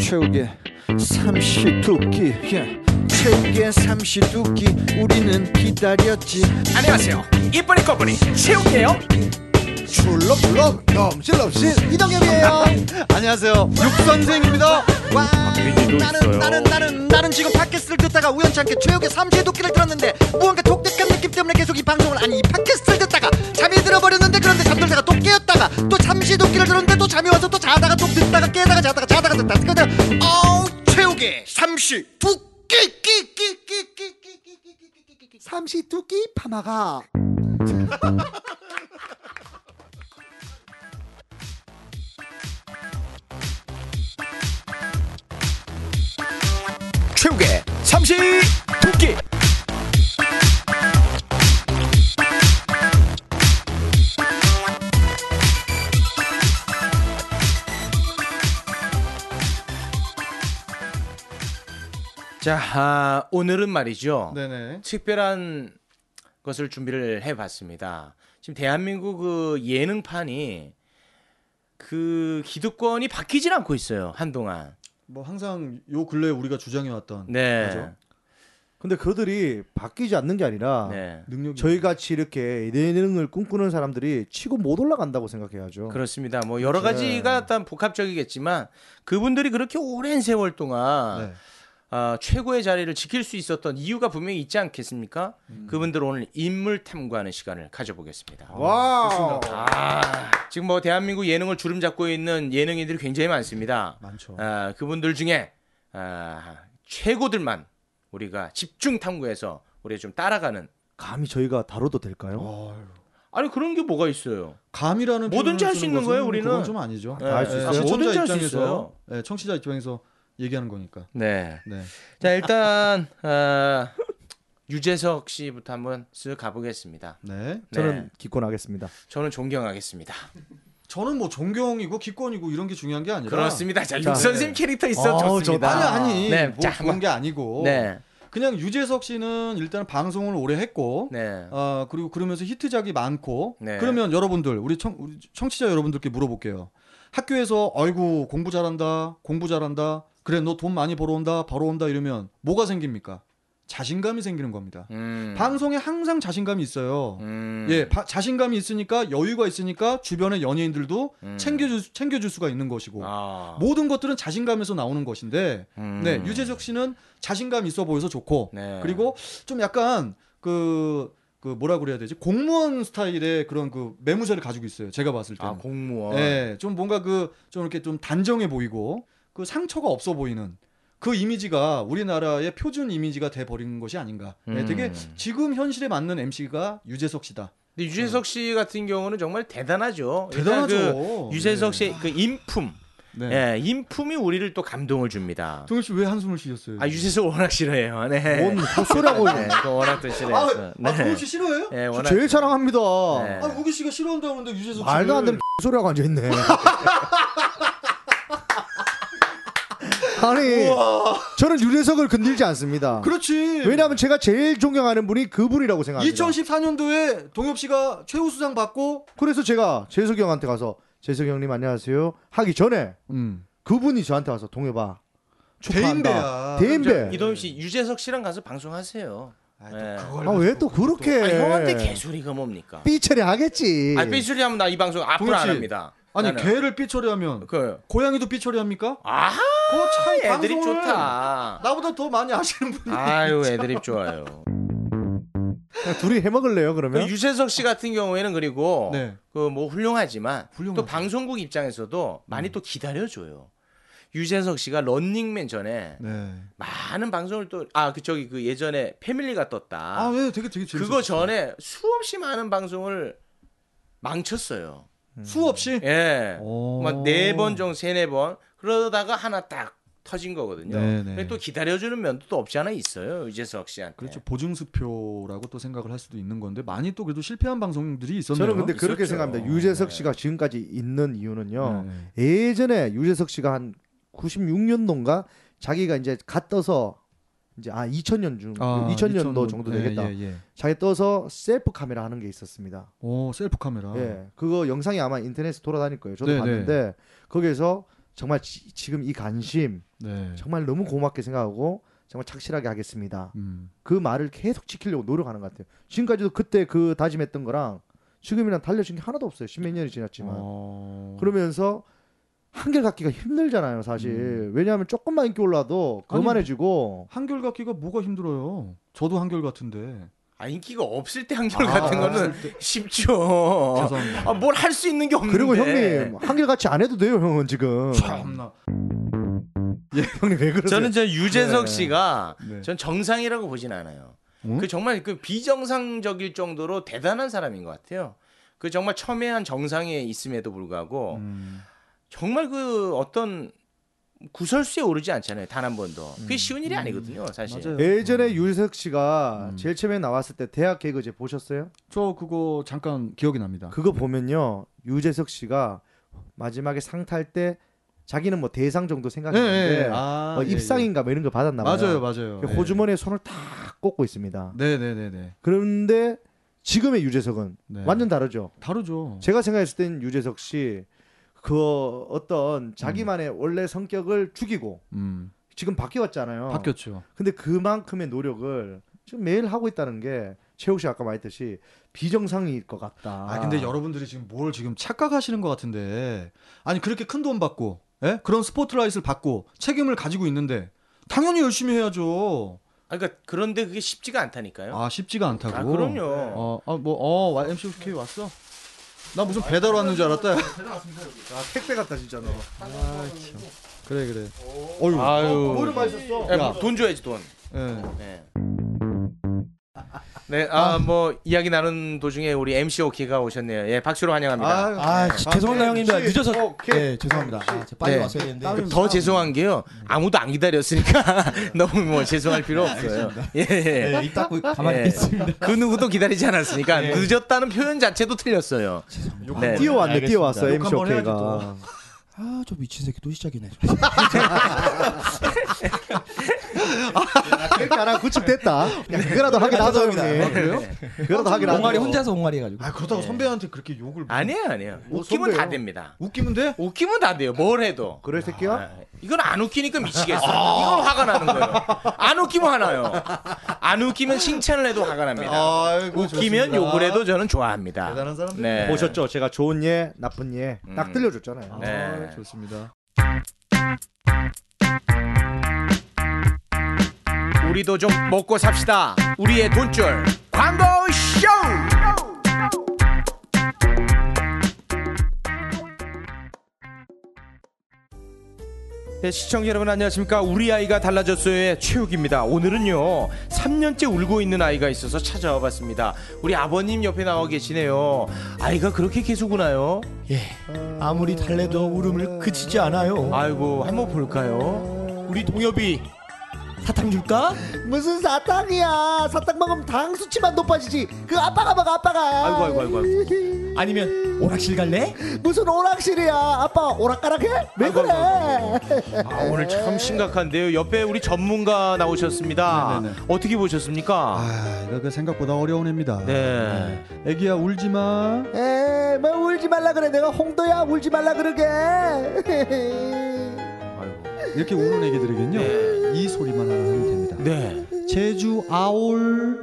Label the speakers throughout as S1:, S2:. S1: 최후의 삼시두끼 예. 최후의 삼시두끼 우리는 기다렸지
S2: 안녕하세요. 이쁜이 꺼분이 최욱이에요.
S3: 출렁출렁 넘실넘실 이동엽이에요
S1: 안녕하세요 육선생입니다
S3: 와
S4: 박민희도
S3: 나는
S4: 있어요.
S3: 나는 나는 나는 지금 팟캐스트를 듣다가 우연찮게 최욱의 삼시의 도끼를 들었는데 무언가 독특한 느낌 때문에 계속 이 방송을 아니 이 팟캐스트를 듣다가 잠이 들어버렸는데 그런데 잠들다가 또 깨었다가 또 잠시 도끼를 들었는데 또 잠이 와서 또 자다가 또 듣다가 깨다가 자다가 자다가 듣다가 그냥 어우 최욱의 삼시 도끼 끼끼끼끼끼끼끼끼끼끼끼끼 삼시 도끼 파마가
S2: 최욱의 삼시 두끼. 자, 아, 오늘은 말이죠.
S3: 네네
S2: 특별한 것을 준비를 해봤습니다. 지금 대한민국 그 예능판이 그 기득권이 바뀌질 않고 있어요 한동안.
S3: 뭐 항상 요 근래에 우리가 주장해왔던
S2: 네.
S3: 맞아.
S4: 근데 그들이 바뀌지 않는 게 아니라
S2: 네.
S3: 능력이
S4: 저희 같이 이렇게 예능을 꿈꾸는 사람들이 치고 못 올라간다고 생각해야죠.
S2: 그렇습니다. 뭐 여러
S3: 네.
S2: 가지가 일단 복합적이겠지만 그분들이 그렇게 오랜 세월 동안
S3: 네.
S2: 아, 최고의 자리를 지킬 수 있었던 이유가 분명히 있지 않겠습니까?
S3: 음.
S2: 그분들 오늘 인물 탐구하는 시간을 가져보겠습니다.
S4: 와.
S2: 아, 지금 뭐 대한민국 예능을 주름 잡고 있는 예능인들이 굉장히 많습니다.
S3: 많죠.
S2: 아, 그분들 중에 아, 최고들만 우리가 집중 탐구해서 우리 좀 따라가는
S4: 감히 저희가 다뤄도 될까요?
S3: 어휴.
S2: 아니 그런 게 뭐가 있어요?
S3: 감이라는
S2: 뭐든지
S3: 표현을
S2: 할수
S3: 쓰는
S2: 있는 거예요,
S3: 것은
S2: 우리는.
S3: 그건 좀 아니죠.
S2: 네.
S4: 할수
S3: 예,
S4: 있어요.
S2: 뭐든지
S3: 시청자
S2: 할수
S3: 입장에서
S2: 있어요.
S3: 예, 청취자 입장에서 얘기하는 거니까.
S2: 네.
S3: 네.
S2: 자 일단 아, 유재석 씨부터 한번 쓱 가보겠습니다.
S3: 네.
S2: 네.
S4: 저는 기권하겠습니다.
S2: 저는 존경하겠습니다.
S3: 아, 저는 뭐 존경이고 기권이고 이런 게 중요한 게 아니라
S2: 그렇습니다. 자,
S4: 자,
S2: 육 선생님 캐릭터 있어
S4: 어우,
S2: 좋습니다.
S3: 네. 아니
S4: 좋다.
S3: 아니
S2: 네,
S3: 뭐
S2: 자,
S3: 그런 게 아니고
S2: 네,
S3: 그냥 유재석 씨는 일단 방송을 오래 했고
S2: 네,
S3: 아 그리고 그러면서 히트작이 많고
S2: 네.
S3: 그러면 여러분들 우리 청 우리 청취자 여러분들께 물어볼게요. 학교에서 아이고 공부 잘한다 공부 잘한다 그래 너 돈 많이 벌어온다 벌어온다 이러면 뭐가 생깁니까? 자신감이 생기는 겁니다.
S2: 음,
S3: 방송에 항상 자신감이 있어요.
S2: 음,
S3: 예, 바- 자신감이 있으니까 여유가 있으니까 주변의 연예인들도
S2: 음.
S3: 챙겨줄 챙겨줄 수가 있는 것이고
S2: 아,
S3: 모든 것들은 자신감에서 나오는 것인데
S2: 음.
S3: 네 유재석 씨는 자신감 있어 보여서 좋고
S2: 네.
S3: 그리고 좀 약간 그, 그 뭐라 그래야 되지 공무원 스타일의 그런 그 매무새를 가지고 있어요 제가 봤을
S2: 아
S3: 때는
S2: 공무원.
S3: 예, 좀 뭔가 그 좀 이렇게 좀 단정해 보이고 그 상처가 없어 보이는 그 이미지가 우리나라의 표준 이미지가 돼 버린 것이 아닌가 예,
S2: 음.
S3: 되게 지금 현실에 맞는 MC가 유재석 씨다
S2: 근데 유재석 씨 같은 경우는 정말 대단하죠. 일단
S3: 대단하죠
S2: 그 유재석 씨의 그 인품,
S3: 네.
S2: 예, 인품이 우리를 또 감동을 줍니다.
S3: 동현 씨왜 한숨을 쉬셨어요?
S2: 아 유재석 워낙 싫어해요. 네.
S4: 뭔 호소라고
S2: 네, 또 워낙 또 싫어해서.
S3: 아, 아 동현 씨 싫어해요?
S2: 예,
S4: 저
S2: 워낙
S4: 제일 사랑합니다.
S2: 네.
S3: 아 우기 씨가 싫어한다고 하는데 유재석 씨를
S4: 말도 안 되는 소리라고 앉아 있네. 아니 저는 유재석을 건들지 않습니다.
S3: 그렇지
S4: 왜냐하면 제가 제일 존경하는 분이 그분이라고 생각합니다.
S3: 2014년도에 동엽 씨가 최우수상 받고
S4: 그래서 제가 재석이 형한테 가서 재석이 형님 안녕하세요 하기 전에 음. 그분이 저한테 와서 동해봐 축하한다.
S3: 대인배야.
S4: 대인배.
S2: 이동엽 씨 유재석 씨랑 가서 방송하세요.
S3: 아, 또
S2: 예.
S3: 그걸
S4: 아 왜 또 그렇게?
S3: 네.
S2: 아, 형한테 개소리가 뭡니까?
S4: 삐처리 하겠지.
S2: 아, 삐소리 하면 나 이 방송 앞으로
S3: 동엽
S2: 안
S3: 씨.
S2: 합니다.
S3: 아니
S2: 나는.
S3: 개를 삐처리하면
S2: 그
S3: 고양이도 삐처리합니까?
S2: 아,
S3: 그참
S2: 애들이 좋다.
S3: 나보다 더 많이 아시는 분이
S2: 아유, 애드립 좋아요.
S4: 둘이 해먹을래요
S2: 그
S4: 그러면?
S2: 유재석 씨 같은 경우에는
S4: 아.
S2: 그리고
S3: 네.
S2: 그 뭐 훌륭하지만
S3: 훌륭하죠. 음.
S2: 또 방송국 입장에서도 많이 또 기다려줘요. 유재석 씨가 런닝맨 전에
S3: 네.
S2: 많은 방송을 또 아 그 저기 그 예전에 패밀리가 떴다.
S3: 아, 예, 되게 되게 재밌어.
S2: 그거 전에 수없이 많은 방송을 망쳤어요.
S3: 음. 수없이
S2: 예.
S3: 오.
S2: 막 네 번 정도 세네 번 그러다가 하나 딱 터진 거거든요.
S3: 네네.
S2: 근데 또 기다려주는 면도 또 없지 않아 있어요 유재석 씨한테.
S3: 그렇죠. 보증수표라고 또 생각을 할 수도 있는 건데 많이 또 그래도 실패한 방송들이 있었네요.
S4: 저는 근데 그렇게
S2: 있었죠.
S4: 생각합니다. 유재석
S2: 네.
S4: 씨가 지금까지 있는 이유는요. 음,
S3: 네, 네.
S4: 예전에 유재석 씨가 한 96년도인가 자기가 이제 갓 떠서 이제 아 2000년 중 2000년도 정도
S3: 예,
S4: 되겠다.
S3: 예, 예.
S4: 자기 떠서 셀프 카메라 하는 게 있었습니다.
S3: 오, 셀프 카메라.
S4: 예, 그거 영상이 아마 인터넷에 돌아다닐 거예요. 저도
S3: 어. 네, 네.
S4: 봤는데 거기에서 정말 지, 지금 이 관심
S3: 네.
S4: 정말 너무 고맙게 생각하고 정말 착실하게 하겠습니다.
S3: 음.
S4: 그 말을 계속 지키려고 노력하는 것 같아요. 지금까지도 그때 그 다짐했던 거랑 지금이랑 달라진 게 하나도 없어요. 십몇 년이 지났지만
S3: 어.
S4: 그러면서 한결같기가 힘들잖아요, 사실.
S3: 음.
S4: 왜냐하면 조금만 인기 올라도
S3: 아니,
S4: 거만해지고
S3: 한결같기가 뭐가 힘들어요? 저도 한결같은데.
S2: 아 인기가 없을 때 한결 같은
S3: 아,
S2: 거는 쉽죠.
S3: 죄송합니다.
S2: 아 뭘 할 수 있는 게 없는데.
S4: 그리고 형님 한결같이 안 해도 돼요, 형은
S3: 어,
S4: 지금. 예,
S3: 참나.
S4: 형님 왜 그러세요?
S2: 저는 저 유재석 씨가
S3: 네. 음?
S2: 전 정상이라고 보진 않아요.
S3: 응?
S2: 그 정말 그 비정상적일 정도로 대단한 사람인 것 같아요. 그 정말 첨예한 정상에 있음에도 불구하고
S3: 음.
S2: 정말 그 어떤 구설수에 오르지 않잖아요. 단 한 번도. 그게 쉬운 일이 아니거든요, 사실.
S3: 음. 맞아요.
S4: 예전에 유재석 씨가
S3: 음.
S4: 제일 처음에 나왔을 때 대학 개그제 보셨어요?
S3: 저 그거 잠깐 기억이 납니다.
S4: 그거 보면요, 유재석 씨가 마지막에 상 탈 때 자기는 뭐 대상 정도 생각했는데
S3: 아,
S4: 뭐
S3: 예, 예.
S4: 입상인가 뭐 이런 거 받았나 봐요.
S3: 맞아요, 맞아요. 예.
S4: 그 호주머니에 손을 탁 꽂고 있습니다.
S3: 네, 네, 네, 네.
S4: 그런데 지금의 유재석은
S3: 네.
S4: 완전 다르죠.
S3: 다르죠.
S4: 제가 생각했을 땐 유재석 씨 그 어떤 자기만의 원래 성격을 죽이고
S3: 음.
S4: 지금
S3: 어.
S4: 바뀌었잖아요.
S3: 바뀌었죠.
S4: 근데 그만큼의 노력을 지금 매일 하고 있다는 게 최욱 씨 아까 말했듯이 비정상일 것 같다.
S3: 아, 근데 여러분들이 지금 뭘 지금 착각하시는 것 같은데. 아니, 그렇게 큰 돈 받고, 예? 그런 스포트라이트를 받고, 책임을 가지고 있는데, 당연히 열심히 해야죠.
S2: 아, 그러니까 그런데 그게 쉽지가 않다니까요.
S3: 아, 쉽지가 않다고.
S2: 네? 아, 그럼요.
S3: 어, 아, 뭐, 어, 와, MCK 왔어? 나 무슨 배달 왔는 줄 알았다.
S4: 아, 택배 같다 진짜 너.
S3: 그래, 그래. 어휴.
S4: 오히려
S3: 아유.
S4: 맛있었어.
S2: 예, 뭐돈 줘야지 돈.
S3: 예.
S2: 네. 네, 아, 뭐 이야기 나눈 도중에 우리 MC 오키가 오셨네요. 예, 박수로 환영합니다.
S3: 아유,
S5: 아,
S4: 네.
S5: 씨, 죄송합니다 형님들
S4: 혹시-
S5: 늦어서
S4: 오케이.
S5: 네, 죄송합니다. 아, 제가 빨리
S2: 네.
S5: 왔어야 되는데
S2: 그더 죄송한 게요. 아무도 안 기다렸으니까 너무 뭐 죄송할 필요 없어요. 예, 예.
S5: 네, 입 닫고 가만히
S2: 예.
S3: 네.
S5: 있습니다.
S2: 그 누구도 기다리지 않았으니까 늦었다는 표현 자체도 틀렸어요. 네.
S4: 뛰어왔네,
S3: 알겠습니다.
S4: 뛰어왔어
S3: 욕
S4: MC
S3: 한번 해야지,
S4: 오케이가.
S5: 아, 저 미친 새끼 또 시작이네.
S4: 그러니까 나 구축됐다. 야, 그거라도 하게 나서 형님.
S2: 아, 네.
S5: 죄송합니다.
S3: 그래요?
S4: 그거라도 하게 나서.
S5: 옹알이 혼자서 옹알이 해가지고.
S3: 아, 그렇다고 선배한테 그렇게 욕을.
S2: 아니에요, 아니에요.
S4: 뭐
S2: 웃기면 다
S4: 선배요.
S2: 됩니다.
S3: 웃기면 돼?
S2: 웃기면 다 돼요. 뭘 해도.
S4: 그래 새끼야.
S2: 아, 이건 안 웃기니까 미치겠어.
S3: 아.
S2: 이건 화가 나는 거예요. 안 웃기면 화나요. 안 웃기면 칭찬을 해도 화가 납니다.
S3: 아이고,
S2: 웃기면
S3: 좋습니다.
S2: 욕을 해도 저는 좋아합니다.
S3: 대단한 사람들.
S2: 네.
S4: 보셨죠? 제가 좋은 예, 나쁜 예 딱
S2: 음.
S4: 들려줬잖아요.
S2: 네.
S3: 아, 좋습니다.
S2: 우리도 좀 먹고 삽시다. 우리의 돈줄 광고 쇼. 네, 시청자 여러분 안녕하십니까 우리 아이가 달라졌어요의 최욱입니다 오늘은요 3년째 울고 있는 아이가 있어서 찾아와 봤습니다 우리 아버님 옆에 나와 계시네요 아이가 그렇게 계속 우나요?
S5: 예, 아무리 달래도 울음을 그치지 않아요.
S2: 아이고 한번 볼까요?
S5: 우리 동엽이 사탕 줄까?
S4: 무슨 사탕이야? 사탕 먹으면 당 수치만 높아지지. 그 아빠가 먹어 아빠가.
S2: 아이고, 아이고, 아이고,
S5: 아니면 오락실 갈래?
S4: 무슨 오락실이야? 아빠 오락가락해? 왜
S2: 아이고,
S4: 그래?
S2: 아, 오늘
S3: 네.
S2: 참 심각한데요. 옆에 우리 전문가 나오셨습니다.
S3: 네네네.
S2: 어떻게 보셨습니까?
S3: 아, 이거 그 생각보다 어려운 애입니다.
S2: 네.
S3: 애기야 울지 마.
S4: 에이, 뭐 울지 말라 그래? 내가 홍도야 울지 말라 그러게.
S2: 아이고.
S3: 이렇게 우는 애기들에겐요.
S5: 네.
S3: 이 소리만 하나 하면 됩니다.
S2: 네.
S3: 제주 아올.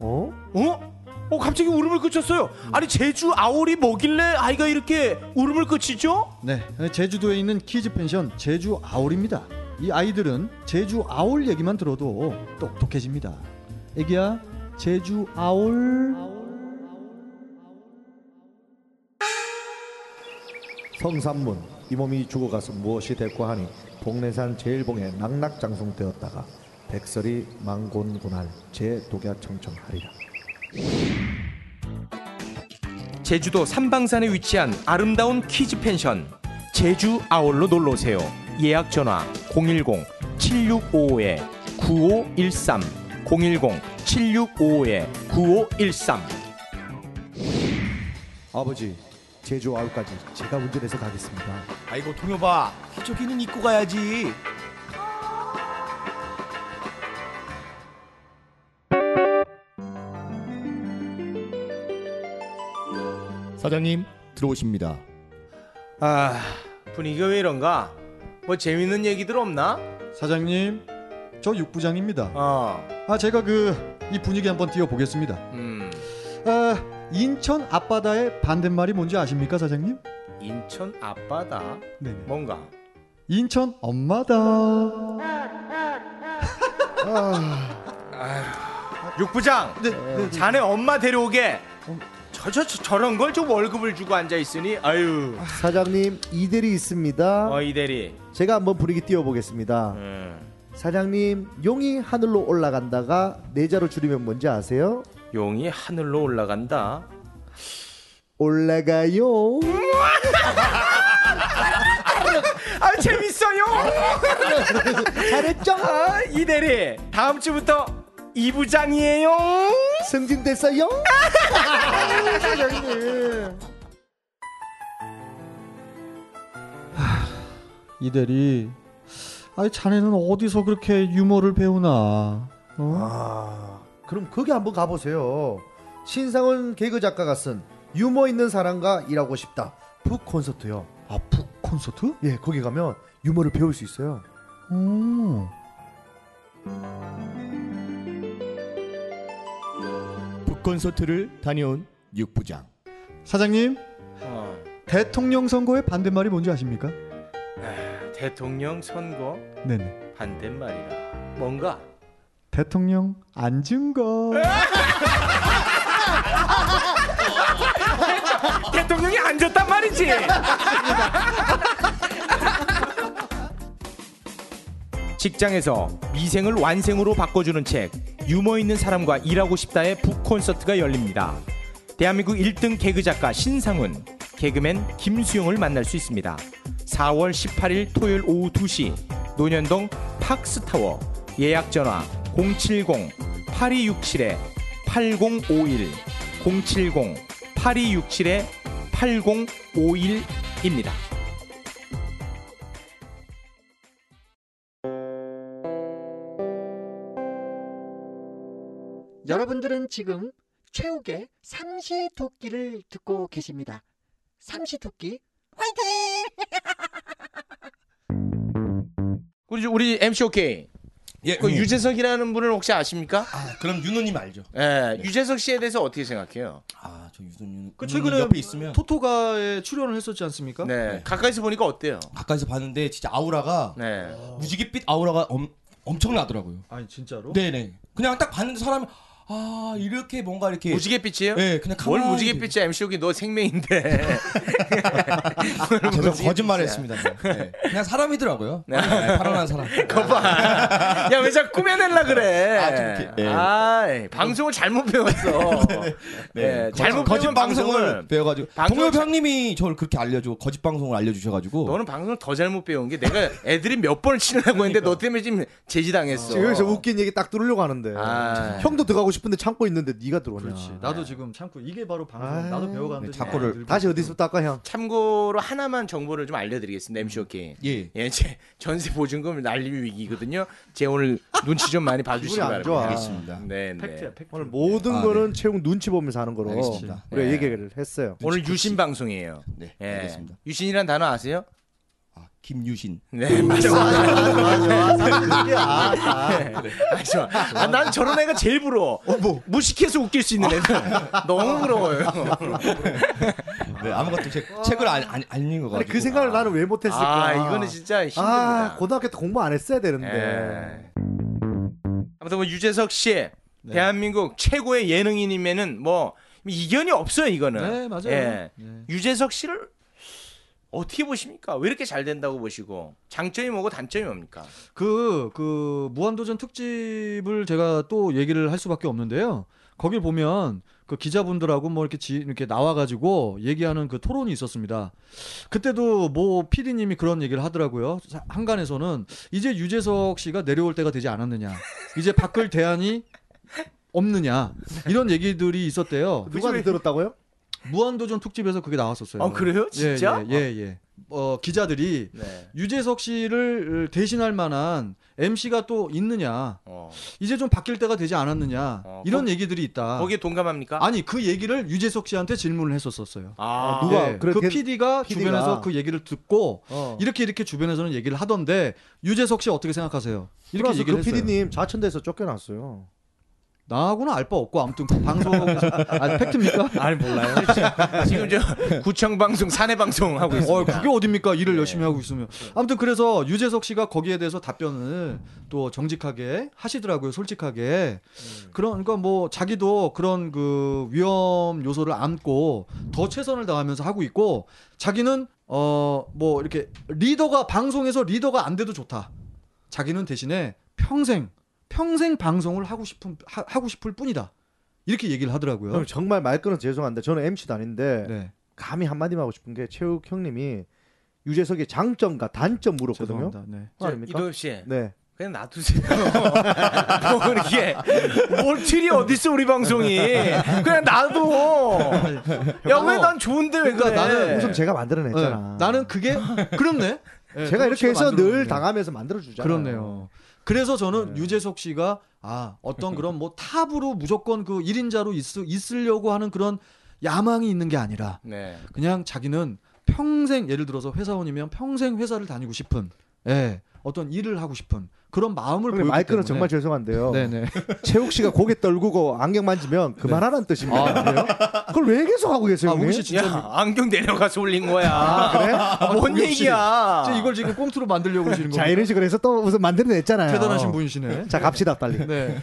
S4: 어?
S2: 어? 어 갑자기 울음을 그쳤어요. 아니 제주 아오리 뭐길래 아이가 이렇게 울음을 그치죠?
S3: 네. 제주도에 있는 키즈 펜션 제주 아올입니다. 이 아이들은 제주 아올 얘기만 들어도 똑똑해집니다. 애기야, 제주 아올.
S4: 성산문 이 몸이 죽어가서 무엇이 될고 하니 동내산 제일봉에 낙낙장성되었다가 백설이 망곤곤할 제 독야청청하리라.
S2: 제주도 삼방산에 위치한 아름다운 키즈 펜션 제주 아울로 놀러 오세요. 예약 전화 010 7655에 9513 010 7655에 9513
S4: 아버지, 제주 아울까지 제가 운전해서 가겠습니다.
S5: 아이고 동엽아, 기저귀는 입고 가야지. 사장님 들어오십니다.
S2: 아 분위기가 왜 이런가? 뭐 재밌는 얘기들 없나?
S3: 사장님, 저 육부장입니다.
S2: 어,
S3: 아, 제가 그 이 분위기 한번 띄워 보겠습니다.
S2: 음,
S3: 아, 인천 앞바다의 반대말이 뭔지 아십니까, 사장님?
S2: 인천 앞바다
S3: 네.
S2: 뭔가
S3: 인천 엄마다.
S4: 아.
S2: 육부장 자네 엄마 데려오게 저, 저, 저 저런 걸 좀 월급을 주고 앉아 있으니 아유
S4: 사장님 이대리 있습니다.
S2: 어이 대리
S4: 제가 한번 분위기 띄워보겠습니다.
S2: 음,
S4: 사장님 용이 하늘로 올라간다가 네 자로 줄이면 뭔지 아세요?
S2: 용이 하늘로 올라간다
S4: 올라가요.
S2: 아 재밌어요
S4: 잘했죠?
S2: 아, 이 대리 다음 주부터 이 부장이에요
S4: 승진됐어요?
S3: 이 대리, 아니 자네는 어디서 그렇게 유머를 배우나? 어?
S4: 아 그럼 거기 한번 가보세요. 신상훈 개그 작가가 쓴 유머 있는 사람과 일하고 싶다. 북 콘서트요.
S3: 아프 콘서트?
S4: 예 거기 가면 유머를 배울 수 있어요.
S3: 오.
S5: 북콘서트를 다녀온 육부장.
S3: 사장님,
S2: 어.
S3: 대통령 선거의 반대말이 뭔지 아십니까?
S2: 대통령 선거
S3: 네네.
S2: 반대말이라 뭔가
S3: 대통령 앉은 거.
S2: 대통령이 앉았단 말이지 직장에서 미생을 완생으로 바꿔주는 책 유머 있는 사람과 일하고 싶다의 북 콘서트가 열립니다 대한민국 1등 개그 작가 신상훈 개그맨 김수용을 만날 수 있습니다 4월 18일 토요일 오후 2시 논현동 팍스타워 예약 전화 070-8267-8051 070-8267-8051입니다.
S6: 여러분들은 지금 최욱의 삼시토끼를 듣고 계십니다. 삼시토끼 화이팅!
S2: 우리 우리 MC OK.
S7: 예,
S2: 그
S7: 형님.
S2: 유재석이라는 분을 혹시 아십니까?
S7: 아, 그럼 윤호님 알죠?
S2: 예, 유재석 씨에 대해서 어떻게 생각해요?
S7: 아, 저 유선
S3: 그
S7: 윤호.
S3: 최근에
S7: 최근에 옆에 있으면
S3: 토토가에 출연을 했었지
S7: 어?
S3: 않습니까?
S2: 네, 가까이서 보니까 어때요?
S7: 가까이서 봤는데 진짜 아우라가
S2: 네,
S7: 무지개빛 아우라가 엄, 엄청나더라고요.
S3: 아니 진짜로?
S7: 네네. 그냥 딱 봤는데 사람이 아 이렇게 뭔가 이렇게
S2: 무지개빛이에요?
S7: 예, 그냥
S2: 뭘
S7: 가만히 이렇게- 네.
S2: 무지개빛이야 MC OK 너 생명인데. 뭘
S7: 아, 제가
S2: 무지개빛이야.
S7: 거짓말했습니다. 네. 그냥 사람이더라고요. 네. 파란한 사람.
S2: 거봐. 야, 왜 자꾸 꾸며내려 그래?
S7: 아, 좀 이렇게, 예. 네,
S2: 아이, 방송을 잘못 배웠어. 예, 잘못
S7: 거짓
S2: 배운
S7: 방송을 배워가지고
S2: 방송-
S7: 동엽 형님이 저를 그렇게 알려주고 거짓 방송을 알려주셔가지고
S2: 너는 방송을 더 잘못 배운 게 내가 애들이 몇 번을 치려고 했는데 너
S7: 그러니까.
S2: 때문에 지금 제지당했어.
S4: 지금 여기서 웃긴 얘기 딱 들으려고 하는데
S2: 아.
S4: 형도 들어가고 싶은데 참고 있는데 네가 들어오냐.
S3: 그렇지. 나도 지금 참고 이게 바로 방송.
S4: 아,
S3: 나도 배워가는데.
S7: 네, 자꾸를
S3: 지금
S4: 다시 어디서부터 할까 형?
S2: 참고로 하나만 정보를 좀 알려드리겠습니다. MC 오케이.
S7: 예.
S2: 예, 제 전세 보증금 날림 위기거든요. 제 오늘 눈치 좀 많이 봐주시기
S4: 기분이 안
S2: 바랍니다.
S4: 좋아.
S7: 알겠습니다.
S2: 네, 네.
S3: 팩트야 팩트.
S4: 오늘 모든
S7: 아,
S4: 거는 채용 눈치 보면서 하는 거로
S7: 알겠습니다.
S4: 우리가
S2: 네.
S4: 얘기를 했어요.
S2: 오늘 유신 방송이에요.
S7: 네,
S2: 예.
S7: 알겠습니다.
S2: 유신이란 단어 아세요?
S7: 아, 김유신.
S2: 네, 맞아.
S3: 아,
S2: 아, 좋아. 아, 난 저런 애가 제일 부러워. 무식해서 웃길 수 있는 애들. 너무 부러워요.
S7: 네, 아무것도 제, 책을 안, 안, 안 읽은 것
S4: 아니
S7: 같아요.
S4: 그 생각을 나는 왜 못했을까?
S2: 아, 이거는 진짜
S4: 아
S2: 힘듭니다.
S4: 고등학교 때 공부 안 했어야 되는데.
S2: 예. 아무튼 뭐 유재석 씨
S3: 네.
S2: 대한민국 최고의 예능인이면은 뭐 이견이 없어요 이거는.
S3: 네, 맞아요.
S2: 예.
S3: 네.
S2: 유재석 씨를 어떻게 보십니까? 왜 이렇게 잘 된다고 보시고 장점이 뭐고 단점이 뭡니까?
S3: 그, 그 무한도전 특집을 제가 또 얘기를 할 수밖에 없는데요. 거길 보면 그 기자분들하고 뭐 이렇게 지, 이렇게 나와가지고 얘기하는 그 토론이 있었습니다. 그때도 뭐 PD님이 그런 얘기를 하더라고요. 자, 한간에서는 이제 유재석 씨가 내려올 때가 되지 않았느냐. 이제 바꿀 대안이 없느냐 이런 얘기들이 있었대요.
S4: 누가 들었다고요?
S3: 무한도전 특집에서 그게 나왔었어요.
S2: 아, 그래요?
S3: 예,
S2: 진짜?
S3: 예, 예. 예. 어, 기자들이
S2: 네.
S3: 유재석 씨를 대신할 만한 MC가 또 있느냐
S2: 어.
S3: 이제 좀 바뀔 때가 되지 않았느냐
S2: 어,
S3: 이런 얘기들이 있다.
S2: 거기에 동감합니까?
S3: 아. 아니 그 얘기를 유재석 씨한테 질문을 했었었어요.
S2: 아,
S4: 누가
S3: 예, 그
S4: 그렇게-
S3: PD가
S4: PD 가-
S3: 주변에서 그 얘기를 듣고
S4: 어.
S3: 이렇게 이렇게 주변에서는 얘기를 하던데 유재석 씨 어떻게 생각하세요? 이렇게
S4: 그래서
S3: 얘기를
S4: 그
S3: 했어요.
S4: PD님 좌천돼서 쫓겨났어요.
S3: 나하고는 알 바 없고 아무튼 그 방송 아 팩트입니까?
S2: 아니 몰라요. 지금 저 네. 구청 방송 사내 방송 하고 있습니다.
S3: 어, 그게 어딥니까? 일을 열심히 하고 있으면. 아무튼 그래서 유재석 씨가 거기에 대해서 답변을 또 정직하게 하시더라고요. 솔직하게. 그러니까 뭐 자기도 그런 그 위험 요소를 안고 더 최선을 다하면서 하고 있고 자기는 어 뭐 이렇게 리더가 방송에서 리더가 안 돼도 좋다. 자기는 대신에 평생 평생 방송을 하고 싶은 하, 하고 싶을 뿐이다. 이렇게 얘기를 하더라고요.
S4: 그럼 정말 말 끊어서 죄송한데 저는 MC도 아닌데
S3: 네.
S4: 감히 한마디만 하고 싶은 게 최욱 형님이 유재석의 장점과 단점 물었거든요.
S3: 죄송합니다. 네.
S2: 저,
S4: 아닙니까?
S2: 이도엽 씨
S4: 네.
S2: 그냥 놔두세요. 뭐 이렇게 뭘 틀이 어딨어 우리 방송이 그냥 놔둬. 야왜 난 좋은데 왜 그래?
S3: 그러니까 나는
S4: 우선 제가 만들어냈잖아.
S3: 네. 나는 그게 그렇네. 네,
S4: 제가 이렇게 해서 늘
S3: 만들어냈네.
S4: 당하면서 만들어 주잖아요.
S3: 그렇네요. 그래서 저는
S4: 네.
S3: 유재석 씨가 아 어떤 그런 뭐 탑으로 무조건 그 1인자로 있, 으려고 하는 그런 야망이 있는 게 아니라
S2: 네.
S3: 그냥 자기는 평생 예를 들어서 회사원이면 평생 회사를 다니고 싶은 예 어떤 일을 하고 싶은 그런 마음을
S4: 형님
S3: 보이기
S4: 말 끊어
S3: 때문에
S4: 정말 죄송한데요.
S3: 네네 네.
S4: 최욱 씨가 고개 떨구고 안경 만지면 그만하라는 뜻입니다. 그걸 왜 계속 하고 계세요?
S3: 아
S4: 형님?
S3: 우리 씨 진짜
S2: 야 안경 내려가서 올린 거야.
S4: 그래?
S2: 아, 뭔
S3: 우리 씨.
S2: 얘기야?
S3: 진짜 이걸 지금 꽁트로 만들려고 그러시는
S4: 아. 자
S3: 거예요
S4: 이런 식으로 해서 또 우선 만들어냈잖아요.
S3: 대단하신 분이시네
S4: 자 갑시다 빨리.
S3: 네.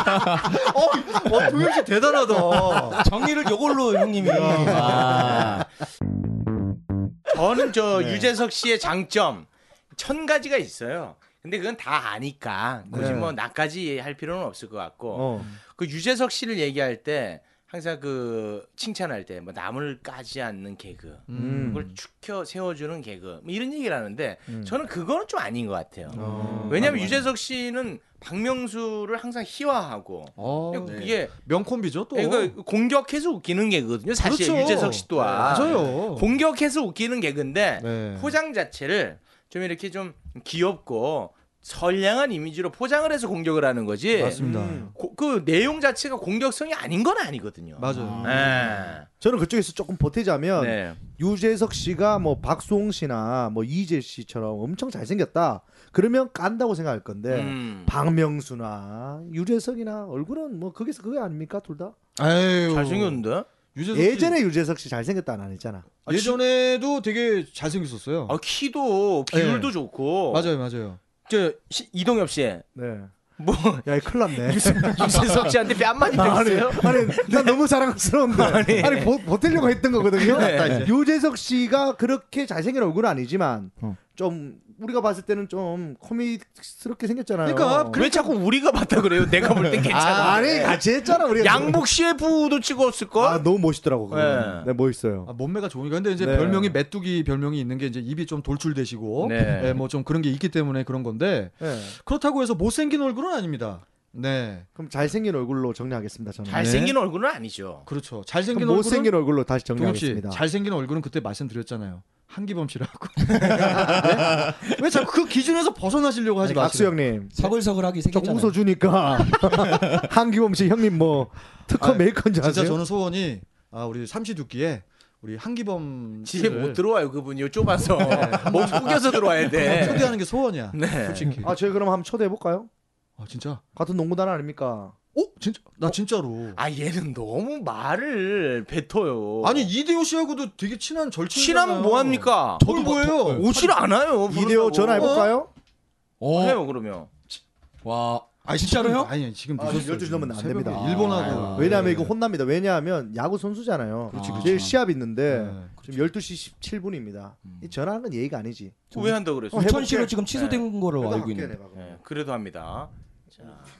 S3: 어, 어 도현 씨 대단하다.
S7: 정리를 요걸로 형님이. 아.
S2: 저는 저
S3: 네.
S2: 유재석 씨의 장점 천 가지가 있어요. 근데 그건 다 아니까 굳이
S4: 네.
S2: 뭐 나까지 할 필요는 없을 것 같고
S4: 어.
S2: 그 유재석 씨를 얘기할 때 항상 그 칭찬할 때 뭐 남을 까지 않는 개그
S3: 음.
S2: 그걸 축켜 세워주는 개그 뭐 이런 얘기를 하는데
S4: 음.
S2: 저는 그거는 좀 아닌 것 같아요.
S4: 어.
S2: 왜냐하면 유재석 씨는 박명수를 항상 희화하고
S3: 어,
S2: 이게
S3: 명콤비죠 또.
S2: 네. 예, 이거 공격해서 웃기는 개그거든요. 사실
S3: 그렇죠.
S2: 유재석 씨 또한
S3: 맞아요.
S2: 공격해서 웃기는 개그인데
S3: 네.
S2: 포장 자체를 좀 이렇게 좀 귀엽고 선량한 이미지로 포장을 해서 공격을 하는 거지.
S3: 아, 맞습니다.
S2: 고- 그 내용 자체가 공격성이 아닌 건 아니거든요.
S3: 맞아요.
S2: 예.
S4: 저는 그쪽에서 조금 보태자면
S2: 네.
S4: 유재석 씨가 뭐 박수홍 씨나 뭐 이재 씨처럼 엄청 잘생겼다. 그러면 깐다고 생각할
S3: 네.
S4: 건데
S2: 음.
S4: 박명수나 유재석이나 얼굴은 뭐 거기서 그게 아닙니까 둘 다?
S3: 아유.
S2: 잘생겼는데?
S3: 유재석 씨-
S4: 예전에 유재석 씨 잘생겼다는 안 했잖아.
S3: 예전에도 되게 잘생겼었어요.
S2: 아, 키도 비율도
S3: 예.
S4: 어.
S2: 좋고.
S3: 맞아요, 맞아요.
S2: 저 시- 이동엽 씨.
S4: 네.
S2: 뭐
S4: 야, 이거 큰일 났네.
S2: 유재석 씨한테 뺨만
S4: 아니,
S2: 때렸어요?
S4: 아니, 난 너무 자랑스러운데. 아니, 보, 보태려고 했던 거거든요.
S2: 네.
S4: 유재석 씨가 그렇게 잘생긴 얼굴은 아니지만, 좀, 우리가 봤을 때는 좀 코믹스럽게 생겼잖아요.
S3: 그러니까 네.
S2: 왜 자꾸 우리가 봤다 그래요? 내가 볼 땐 괜찮아.
S4: 아,
S2: 네.
S4: 아니, 같이 했잖아, 우리가.
S2: 양복 CF도 찍었을 걸?
S4: 아, 너무 멋있더라고.
S2: 네.
S4: 그거는. 네, 멋있어요.
S3: 아, 몸매가 좋으니까 근데 이제
S4: 네.
S3: 별명이 메뚜기 별명이 있는 게 이제 입이 좀 돌출되시고
S2: 네.
S3: 뭐 좀 그런 게 있기 때문에 그런 건데
S4: 네.
S3: 그렇다고 해서 못생긴 얼굴은 아닙니다. 네.
S4: 그럼 잘생긴 얼굴로 정리하겠습니다, 저는.
S2: 잘생긴 얼굴은 아니죠.
S3: 그렇죠. 잘생긴
S4: 그럼
S3: 얼굴은
S4: 못생긴 얼굴로 다시
S3: 동엽 씨
S4: 정리하겠습니다.
S3: 잘생긴 얼굴은 그때 말씀드렸잖아요. 한기범 씨라고. 네? 왜 자꾸 그 기준에서 벗어나시려고 하지
S4: 아니, 박수
S3: 마세요.
S4: 형님.
S7: 서글서글하게
S4: 조금
S7: 생겼잖아요.
S4: 웃어주니까 한기범 씨 형님 뭐 특허
S3: 아,
S4: 메이커인 줄
S3: 진짜
S4: 아세요?
S3: 저는 소원이 아, 우리 삼시두끼에 우리 한기범
S2: 집에
S3: 씨를 네,
S2: 못 들어와요 그분이요 좁아서 몸 숙여서 들어와야 돼.
S3: 초대하는 게 소원이야.
S2: 네.
S3: 솔직히.
S4: 아 저희 그럼 한번 초대해 볼까요?
S3: 아 진짜?
S4: 같은 농구단 아닙니까?
S3: 어 진짜? 나 진짜로.
S2: 아 얘는 너무 말을 뱉어요.
S3: 아니 이대호 씨하고도 되게 친한 절친.
S2: 친하면 뭐 합니까?
S3: 저도 뭐예요?
S2: 오질 않아요. 뭐.
S4: 이대호 전화해 볼까요?
S7: 어.
S2: 해요 그러면.
S7: 와. 아 진짜로요?
S3: 아니 지금
S4: 아,
S3: 늦었어요,
S4: 12시 넘으면 안
S3: 새벽에
S4: 됩니다.
S3: 일본하고.
S7: 아,
S4: 왜냐하면
S7: 네.
S4: 이거 혼납니다. 왜냐하면 야구 선수잖아요.
S7: 그렇지,
S4: 내일
S7: 그렇지.
S4: 시합 있는데
S3: 네.
S4: 지금 12시 17분입니다. 이 전화하는 건 예의가 아니지.
S2: 왜 한다 그랬어?
S4: 어, 해볼게.
S7: 우천 씨로 지금 취소된 거를
S4: 그래도
S7: 알고
S4: 할게,
S7: 있는데.
S4: 내가 그럼.
S2: 네, 그래도 합니다.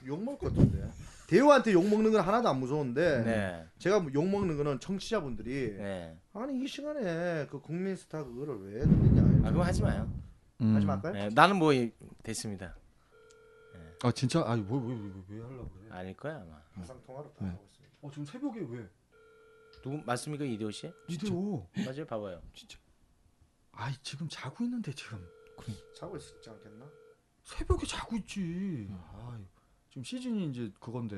S4: 욕 먹을 것 같은데. 대호한테 욕 먹는 건 하나도 안 무서운데
S2: 네.
S4: 제가 뭐욕 먹는 거는 청취자분들이
S2: 네.
S4: 아니 이 시간에 그 국민 스타 그거를 왜 듣느냐.
S2: 아 그럼 하지 마요.
S3: 음.
S4: 하지 말까요?
S2: 네, 나는 뭐 이- 됐습니다.
S3: 아 진짜? 아니 뭐,
S4: 아.
S3: 왜왜왜 왜, 왜 하려고 그래?
S2: 아닐 거야 아마.
S4: 가상 통화로 다
S3: 네.
S4: 하고 있습니다.
S3: 어 지금 새벽에 왜?
S2: 누구 맞습니까 이대호 씨?
S3: 이대호.
S2: 맞아요, 봐봐요.
S3: 아이 지금 자고 있는데 지금
S4: 자고 있지 않겠나?
S3: 새벽에 자고 있지. 아이, 지금 시즌이 이제 그건데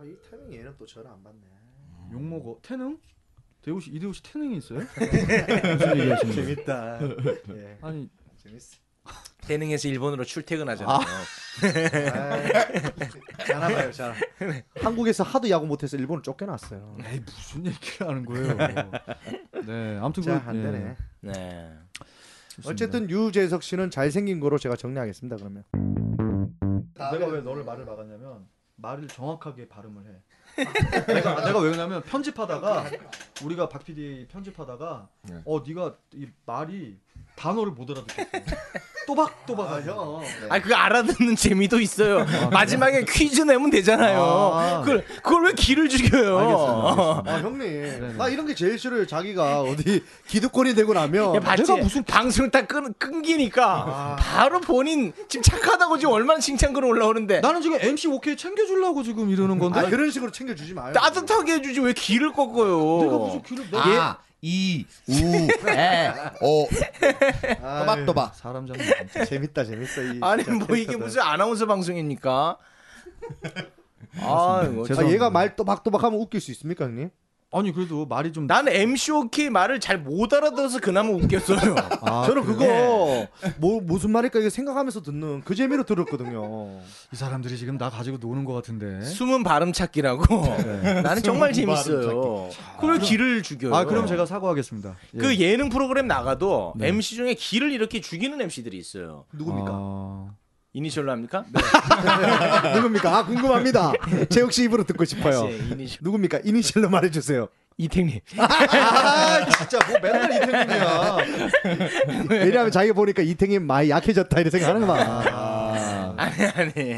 S4: 아, 이 타이밍에 얘는 또 전화 안 받네.
S3: 욕 먹어. 태능? 대호 씨 이대호 씨 태능이 있어요? 무슨 얘기하시는 거예요?
S4: 재밌다. 예,
S3: 아니
S4: 재밌어.
S2: 대능에서 일본으로 출퇴근하잖아요.
S4: 아, 잘하봐요, 잘. 한국에서 하도 야구 못해서 일본을 쫓겨났어요.
S3: 에이 무슨 얘기를 하는 거예요? 네, 아무튼 그-
S4: 자안
S3: 예,
S4: 되네.
S2: 네.
S3: 좋습니다.
S4: 어쨌든 유재석 씨는 잘생긴 거로 제가 정리하겠습니다. 그러면.
S3: 내가 왜 너를 말을 막았냐면 말을 정확하게 발음을 해. 내가 내가 왜 그러냐면 편집하다가 우리가 박 PD 편집하다가
S7: 네.
S3: 어 네가 이 말이 단어를 못 알아듣겠어. 또박또박 아, 형.
S2: 아 그거 알아듣는 재미도 있어요. 마지막에 퀴즈 내면 되잖아요.
S3: 아.
S2: 그걸 그걸 왜 기를 죽여요?
S3: 알겠습니다. 알겠습니다.
S4: 아 형님 나 이런 게 제일 싫어요 자기가 어디 기득권이 되고 나면
S2: 야, 봤지?
S4: 내가 무슨
S2: 어, 방송을 딱 끊, 끊기니까
S4: 아,
S2: 바로 본인 지금 착하다고 지금 얼마나 칭찬 글이 올라오는데
S3: 나는 지금 MC OK 챙겨주려고 지금 이러는 건데.
S4: 아 그런 식으로 챙겨주지 마요
S2: 따뜻하게 해주지 왜 기를 꺾어요?
S3: 내가 무슨 귀를 내
S7: 아, 이, 우, 에, 어, 오. 또박또박.
S3: 사람 잡는 거.
S4: 아, 재밌다 재밌어 이
S2: 아니
S4: 진짜
S2: 뭐 이게
S4: 캐릭터들.
S2: 무슨 아나운서 방송입니까? 아, 이거
S4: 아,
S3: 죄송합니다.
S4: 얘가 말 또박또박하면 웃길 수 있습니까 형님?
S3: 아니 그래도 말이 좀
S2: 난 MC OK 말을 잘 못 알아들어서 그나마 웃겼어요.
S3: 아,
S4: 저는 그거 뭐 무슨 말일까 이거 생각하면서 듣는 그 재미로 들었거든요.
S3: 이 사람들이 지금 나 가지고 노는 것 같은데.
S2: 숨은 발음 찾기라고.
S3: 네.
S2: 나는 정말 재밌어요. 그걸 기를 죽여요.
S3: 아 그럼 제가 사과하겠습니다. 예. 네.
S2: 그 예능 프로그램 나가도 MC 중에 기를 이렇게 죽이는 MC들이 있어요.
S3: 아...
S2: 이니셜로 합니까?
S3: 네.
S4: 누굽니까? 아 궁금합니다. 재욱 씨 입으로 듣고 싶어요.
S2: 네, 이니셜.
S4: 누굽니까? 이니셜로 말해주세요.
S2: 이택님.
S3: 아 진짜 뭐 맨날 이태민이야.
S4: 네. 왜냐하면 자기가 보니까 이탱이 많이 약해졌다 이런 생각하는 거야.
S2: 아니 아니.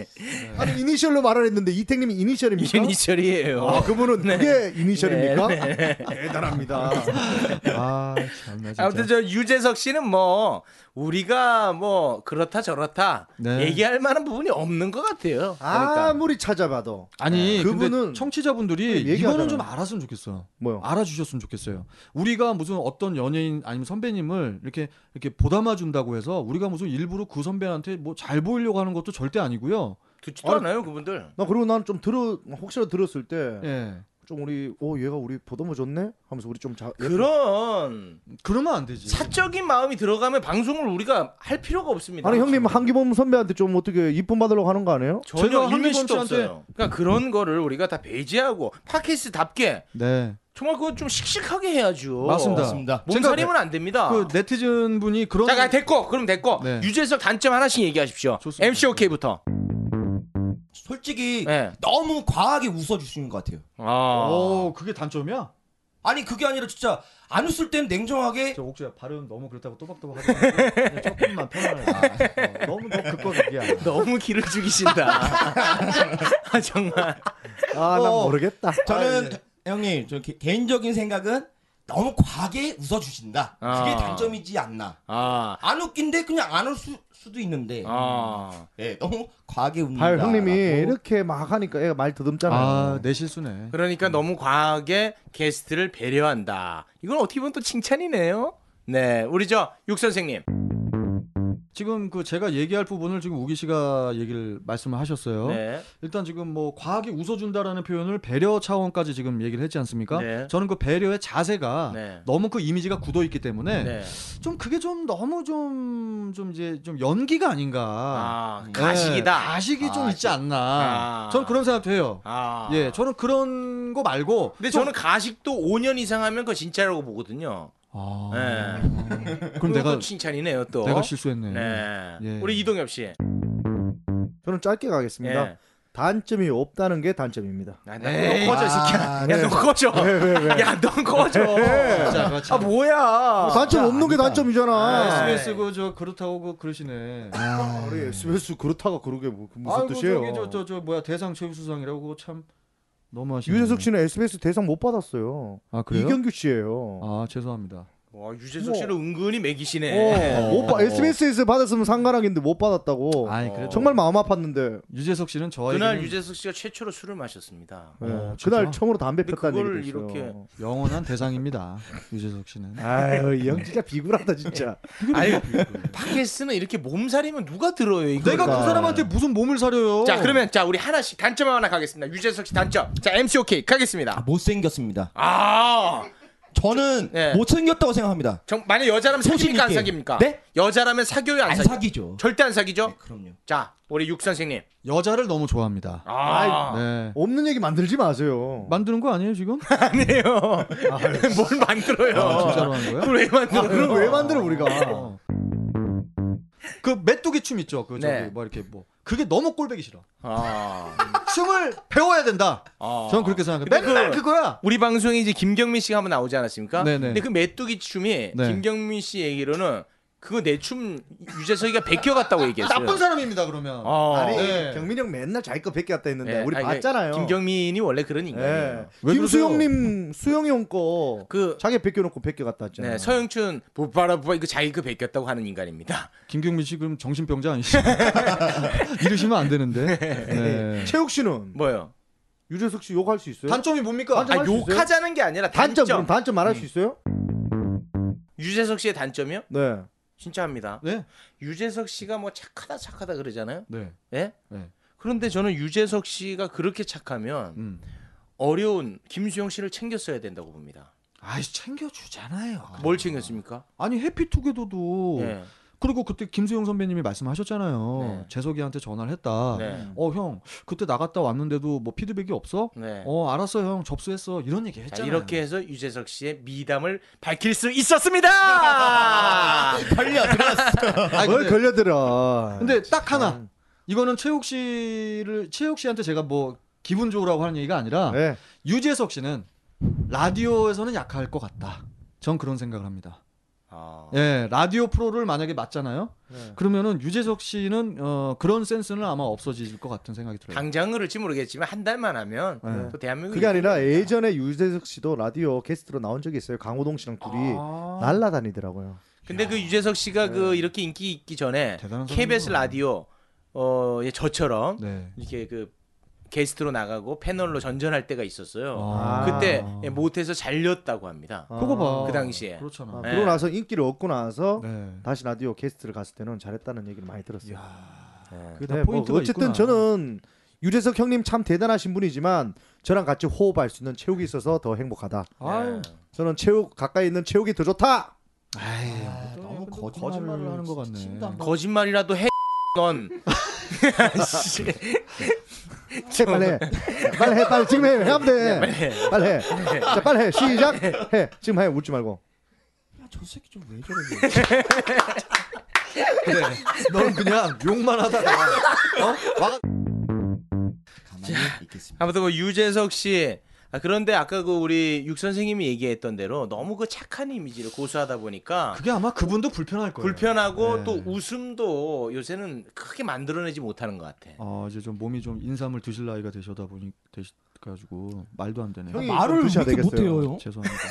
S4: 아니 이니셜로 말을 했는데 이탱님이 이니셜입니까?
S2: 이니셜이에요.
S4: 아, 그분은 그게 이니셜입니까?
S2: 네,
S4: 대단합니다.
S3: 아 참나 진짜.
S2: 아무튼 저 유재석 씨는 뭐 우리가 뭐 그렇다 저렇다
S3: 네. 뭐,
S2: 얘기할 만한 부분이 없는 것 같아요. 그러니까.
S4: 아무리 찾아봐도 네.
S3: 아니
S4: 그분은
S3: 근데 청취자분들이
S4: 얘기하잖아요.
S3: 이거는 좀 알았으면 좋겠어.
S4: 뭐요?
S3: 알아주셨으면 좋겠어요. 우리가 무슨 어떤 연예인 아니면 선배님을 이렇게 이렇게 보담아 준다고 해서 우리가 무슨 일부러 그 선배한테 뭐 잘 보이려고 하는 것도 절대 아니고요.
S2: 듣지도 않아요 그분들.
S4: 나 그리고 난 좀 들어 혹시라도 들었을 때 좀
S3: 예.
S4: 우리 오 얘가 우리 보더머 좋네 하면서 우리 좀 자,
S2: 그런
S3: 그러면 안 되지.
S2: 사적인 마음이 들어가면 방송을 우리가 할 필요가 없습니다.
S4: 아니 형님 한기범 선배한테 좀 어떻게 이쁨 받으려고 하는 거 아니에요?
S3: 제가
S2: 전혀
S3: 한기범
S2: 일면식도
S3: 씨한테-
S2: 없어요. 그러니까 그런 거를 우리가 다 배제하고 팟캐스트답게
S3: 네.
S2: 정말 그거 좀 씩씩하게 해야죠.
S3: 맞습니다.
S7: 맞습니다.
S2: 몸살이면 안 됩니다.
S3: 그 네티즌 분이 그런
S2: 자, 가 됐고 그럼 됐고
S3: 네.
S2: 유재석 단점 하나씩 얘기하십시오.
S3: 좋습니다.
S2: MC OK부터.
S7: 솔직히
S2: 네.
S7: 너무 과하게 웃어주시는 것 같아요.
S2: 아.
S3: 오 어, 그게 단점이야?
S7: 아니 그게 아니라 진짜 안 웃을 땐 냉정하게
S3: 저 옥주야 발음 너무 그렇다고 또박또박 하지 말고 그냥 조금만 편안하게. 어, 너무 너 그거 얘기야.
S2: 너무 기를 죽이신다. 아, 정말.
S4: 아 난
S7: 어.
S4: 모르겠다.
S7: 저는 형님 저 개, 인적인 생각은 너무 과하게 웃어주신다. 그게
S2: 아.
S7: 단점이지 않나.
S2: 아.
S7: 안 웃긴데 그냥 안 올 수, 수도 있는데.
S2: 아.
S7: 네, 너무 과하게 웃는다.
S4: 발 형님이 이렇게 막 하니까 얘가 말 더듬잖아요.
S3: 아내 실수네.
S2: 그러니까 너무 과하게 게스트를 배려한다. 이건 어떻게 보면 또 칭찬이네요. 네. 우리 저 육 선생님.
S3: 지금 그 제가 얘기할 부분을 지금 우기 씨가 얘기를 말씀을 하셨어요.
S2: 네.
S3: 일단 지금 뭐 과하게 웃어준다라는 표현을 배려 차원까지 지금 얘기를 했지 않습니까?
S2: 네.
S3: 저는 그 배려의 자세가
S2: 네.
S3: 너무 그 이미지가 굳어 있기 때문에
S2: 네.
S3: 좀 그게 좀 너무 좀좀 이제 좀 연기가 아닌가.
S2: 아,
S3: 네,
S2: 가식이다.
S3: 가식이 좀 있지 않나.
S2: 아.
S3: 저는 그런 생각 돼요.
S2: 아.
S3: 예, 저는 그런 거 말고.
S2: 근데
S3: 좀-
S2: 저는 가식도 5년 이상 하면 그거 진짜라고 보거든요.
S3: 아,
S2: 예.
S3: 그럼
S2: 또
S3: 내가
S2: 칭찬이네요, 또.
S3: 내가 실수했네.
S2: 네.
S3: 예.
S2: 우리 이동엽 씨.
S4: 저는 짧게 가겠습니다.
S2: 예.
S4: 단점이 없다는 게 단점입니다.
S2: 아, 나, 너 꺼져, 이 새끼야.
S7: 아,
S2: 야, 너 꺼져. 야, 너 꺼져.
S3: 자, 그렇죠. 그렇지.
S2: 아, 뭐야.
S4: 단점 없는 게
S7: 아니다.
S4: 단점이잖아.
S2: 아,
S3: SBS 그저 그렇다고 그 그러시네.
S4: 우리 SBS 그렇다가 그러게 뭐, 그 무슨
S3: 아이고,
S4: 뜻이에요?
S3: 저기 저, 저, 저 뭐야 대상 최우수상이라고 그거 참 너무 하시네.
S4: 유재석 씨는 SBS 대상 못 받았어요.
S3: 아 그래요?
S4: 이경규 씨예요.
S3: 아 죄송합니다.
S2: 와 유재석 씨를 은근히 매기시네.
S4: 어, 오빠 SBS에서 받았으면 상관하겠는데 못 받았다고.
S3: 아니 그래도
S4: 정말 마음 아팠는데
S3: 유재석 씨는 저에게
S2: 그날
S3: 는
S2: 유재석 씨가 최초로 술을 마셨습니다.
S4: 예,
S3: 어, 진짜?
S4: 그날 처음으로 담배
S2: 근데
S4: 폈다는
S2: 그걸
S4: 얘기도 있어요.
S2: 이렇게-
S3: 영원한 대상입니다. 유재석 씨는.
S4: 아유 이 형 진짜 비굴하다 진짜.
S2: 아니 팟캐스트는 이렇게 몸살이면 누가 들어요 이거? 그러니까.
S3: 내가 그 사람한테 무슨 몸을 사려요?
S2: 자 그러면 자 우리 하나씩 단점 하나 가겠습니다. 유재석 씨 단점. 자 MCOK 가겠습니다.
S7: 못생겼습니다.
S2: 아,
S7: 저는
S2: 예.
S7: 못생겼다고 생각합니다.
S2: 정, 만약 여자라면 사귀니까 안
S7: 소신 있게.
S2: 사깁니까?
S7: 네?
S2: 여자라면 사귀어요 안,
S7: 안
S2: 사귀?
S7: 사귀죠.
S2: 절대 안 사귀죠.
S7: 네, 그럼요.
S2: 자 우리 육 선생님.
S3: 여자를 너무 좋아합니다.
S2: 아,
S3: 네.
S4: 없는 얘기 만들지 마세요.
S3: 만드는 거 아니에요 지금?
S2: 아니에요. 뭘 만들어요?
S3: 아, 진짜로 하는 거야?
S2: 아, 그걸 왜
S3: 아,
S2: 만들어요?
S4: 그럼 왜 만들어 우리가?
S2: 아.
S3: 어. 그 메뚜기 춤 있죠. 그 저기
S2: 네.
S3: 뭐 이렇게 뭐 그게 너무 꼴배기 싫어.
S2: 아,
S3: 춤을 배워야 된다.
S2: 아.
S3: 저는 그렇게 생각합니다.
S2: 근데
S3: 맨날
S2: 그-
S3: 그... 거야
S2: 우리 방송에 이제 김경민 씨가 한번 나오지 않았습니까?
S3: 네네.
S2: 근데 그 메뚜기 춤이
S3: 네.
S2: 김경민 씨 얘기로는 그거 내 춤 유재석이가 베껴갔다고 얘기했어요.
S3: 나쁜 사람입니다 그러면.
S2: 어.
S4: 아니
S3: 네.
S4: 경민이 형 맨날 자기 거 뺏겼다 했는데
S2: 예,
S4: 우리
S2: 아니,
S4: 봤잖아요.
S2: 김경민이 원래 그런 인간이에요.
S4: 예.
S3: 왜
S4: 김수영님 수영이 형거
S3: 그렇죠.
S2: 그
S4: 자기 뺏겨놓고 뺏겨갔다 했잖아요.
S2: 네, 서영춘 보바라 보바 이거 자기 그 베꼈다고 하는 인간입니다.
S3: 김경민 씨 그럼 정신병자 아니시죠? 이러시면 안 되는데. 네.
S4: 최욱 씨는
S2: 뭐요?
S4: 유재석 씨 욕할 수 있어요?
S3: 단점이 뭡니까?
S4: 단점
S2: 아,
S4: 할수 있어요?
S2: 욕하자는 게 아니라
S4: 단점
S2: 단점.
S4: 그럼 단점 말할
S3: 음.
S4: 수 있어요?
S2: 유재석 씨의 단점이요?
S4: 네.
S2: 진짜 합니다.
S3: 네.
S2: 유재석 씨가 뭐 착하다 착하다 그러잖아요.
S3: 네.
S2: 예?
S3: 네.
S2: 그런데 저는 유재석 씨가 그렇게 착하면
S3: 음.
S2: 어려운 김수영 씨를 챙겼어야 된다고 봅니다.
S3: 아이 챙겨주잖아요.
S2: 뭘 챙겼습니까?
S3: 아니 해피투게더도
S2: 예.
S3: 그리고 그때 김수영 선배님이 말씀하셨잖아요.
S2: 네.
S3: 재석이한테 전화를 했다.
S2: 네.
S3: 어 형 그때 나갔다 왔는데도 뭐 피드백이 없어?
S2: 네.
S3: 어 알았어 형 접수했어 이런 얘기
S2: 자,
S3: 했잖아요.
S2: 이렇게 해서 유재석 씨의 미담을 밝힐 수 있었습니다.
S7: 걸려 들었어.
S3: 아니,
S4: 뭘
S3: 근데,
S4: 걸려들어. 음,
S3: 근데 딱
S2: 음.
S3: 하나 이거는 최욱 씨를 최욱 씨한테 제가 뭐 기분 좋으라고 하는 얘기가 아니라
S4: 네.
S3: 유재석 씨는 라디오에서는 약할 것 같다. 전 그런 생각을 합니다.
S2: 아,
S3: 예, 라디오 프로를 만약에 맞잖아요. 그러면은 유재석 씨는 어, 그런 센스는 아마 없어질 것 같은 생각이 들어요.
S2: 당장 그럴지 모르겠지만 한 달만 하면
S4: 네.
S2: 또 대한민국
S4: 그게 아니라 예전에 유재석 씨도 라디오 게스트로 나온 적이 있어요. 강호동 씨랑 둘이
S3: 아.
S4: 날라다니더라고요.
S2: 근데 그 유재석 씨가 그 이렇게 인기 있기 전에
S3: 네. 대단한
S2: KBS
S3: 사람이구나.
S2: 라디오 어 예, 저처럼
S3: 네.
S2: 이렇게 그 게스트로 나가고 패널로 전전할 때가 있었어요.
S3: 아. 네.
S2: 그때 예, 못해서 잘렸다고 합니다.
S4: 아.
S3: 그거 봐.
S2: 그 당시에.
S3: 그렇잖아.
S4: 아,
S2: 네.
S4: 그러고 나서 인기를 얻고 나서
S3: 네.
S4: 다시 라디오 게스트를 갔을 때는 잘했다는 얘기를 많이 들었어요.
S2: 예.
S3: 그게 다
S4: 네, 뭐
S3: 포인트가
S4: 어쨌든
S3: 있구나.
S4: 저는 유재석 형님 참 대단하신 분이지만 저랑 같이 호흡할 수 있는 체육이 있어서 더 행복하다.
S3: 아유.
S4: 저는 체육 가까이 있는 체육이 더 좋다.
S3: 아이,
S7: 너무
S3: 근데
S7: 거짓말을
S3: 거짓말을 하는 것 같네.
S7: 진짜 안
S2: 거짓말이라도 해. 넌 씨.
S4: 빨리 해. 빨리 해. 빨리 지금 해. 해야
S3: 네,
S4: 돼. 빨리 해. 빨리 해. 자, 빨리 해. 시작. 해. 지금 해. 웃지 말고.
S7: 야, 저 새끼 좀 왜 저래?
S3: 그래. 네. 넌 그냥 욕만 하다가 어? 와가-
S7: 가만히 있겠습니다.
S2: 아무튼 뭐 유재석 씨 아, 그런데 아까 그 우리 육 선생님이 얘기했던 대로 너무 그 착한 이미지를 고수하다 보니까
S3: 그게 아마 그분도 불편할 거예요.
S2: 불편하고
S3: 네.
S2: 또 웃음도 요새는 크게 만들어내지 못하는 것 같아.
S3: 어, 이제 좀 몸이 좀 인삼을 드실 나이가 되셔다 보니 되시 가지고 말도 안 되네.
S4: 형이-
S7: 말을 왜
S4: 드셔야
S7: 이렇게
S4: 되겠어요.
S7: 못해요? 형?
S3: 죄송합니다.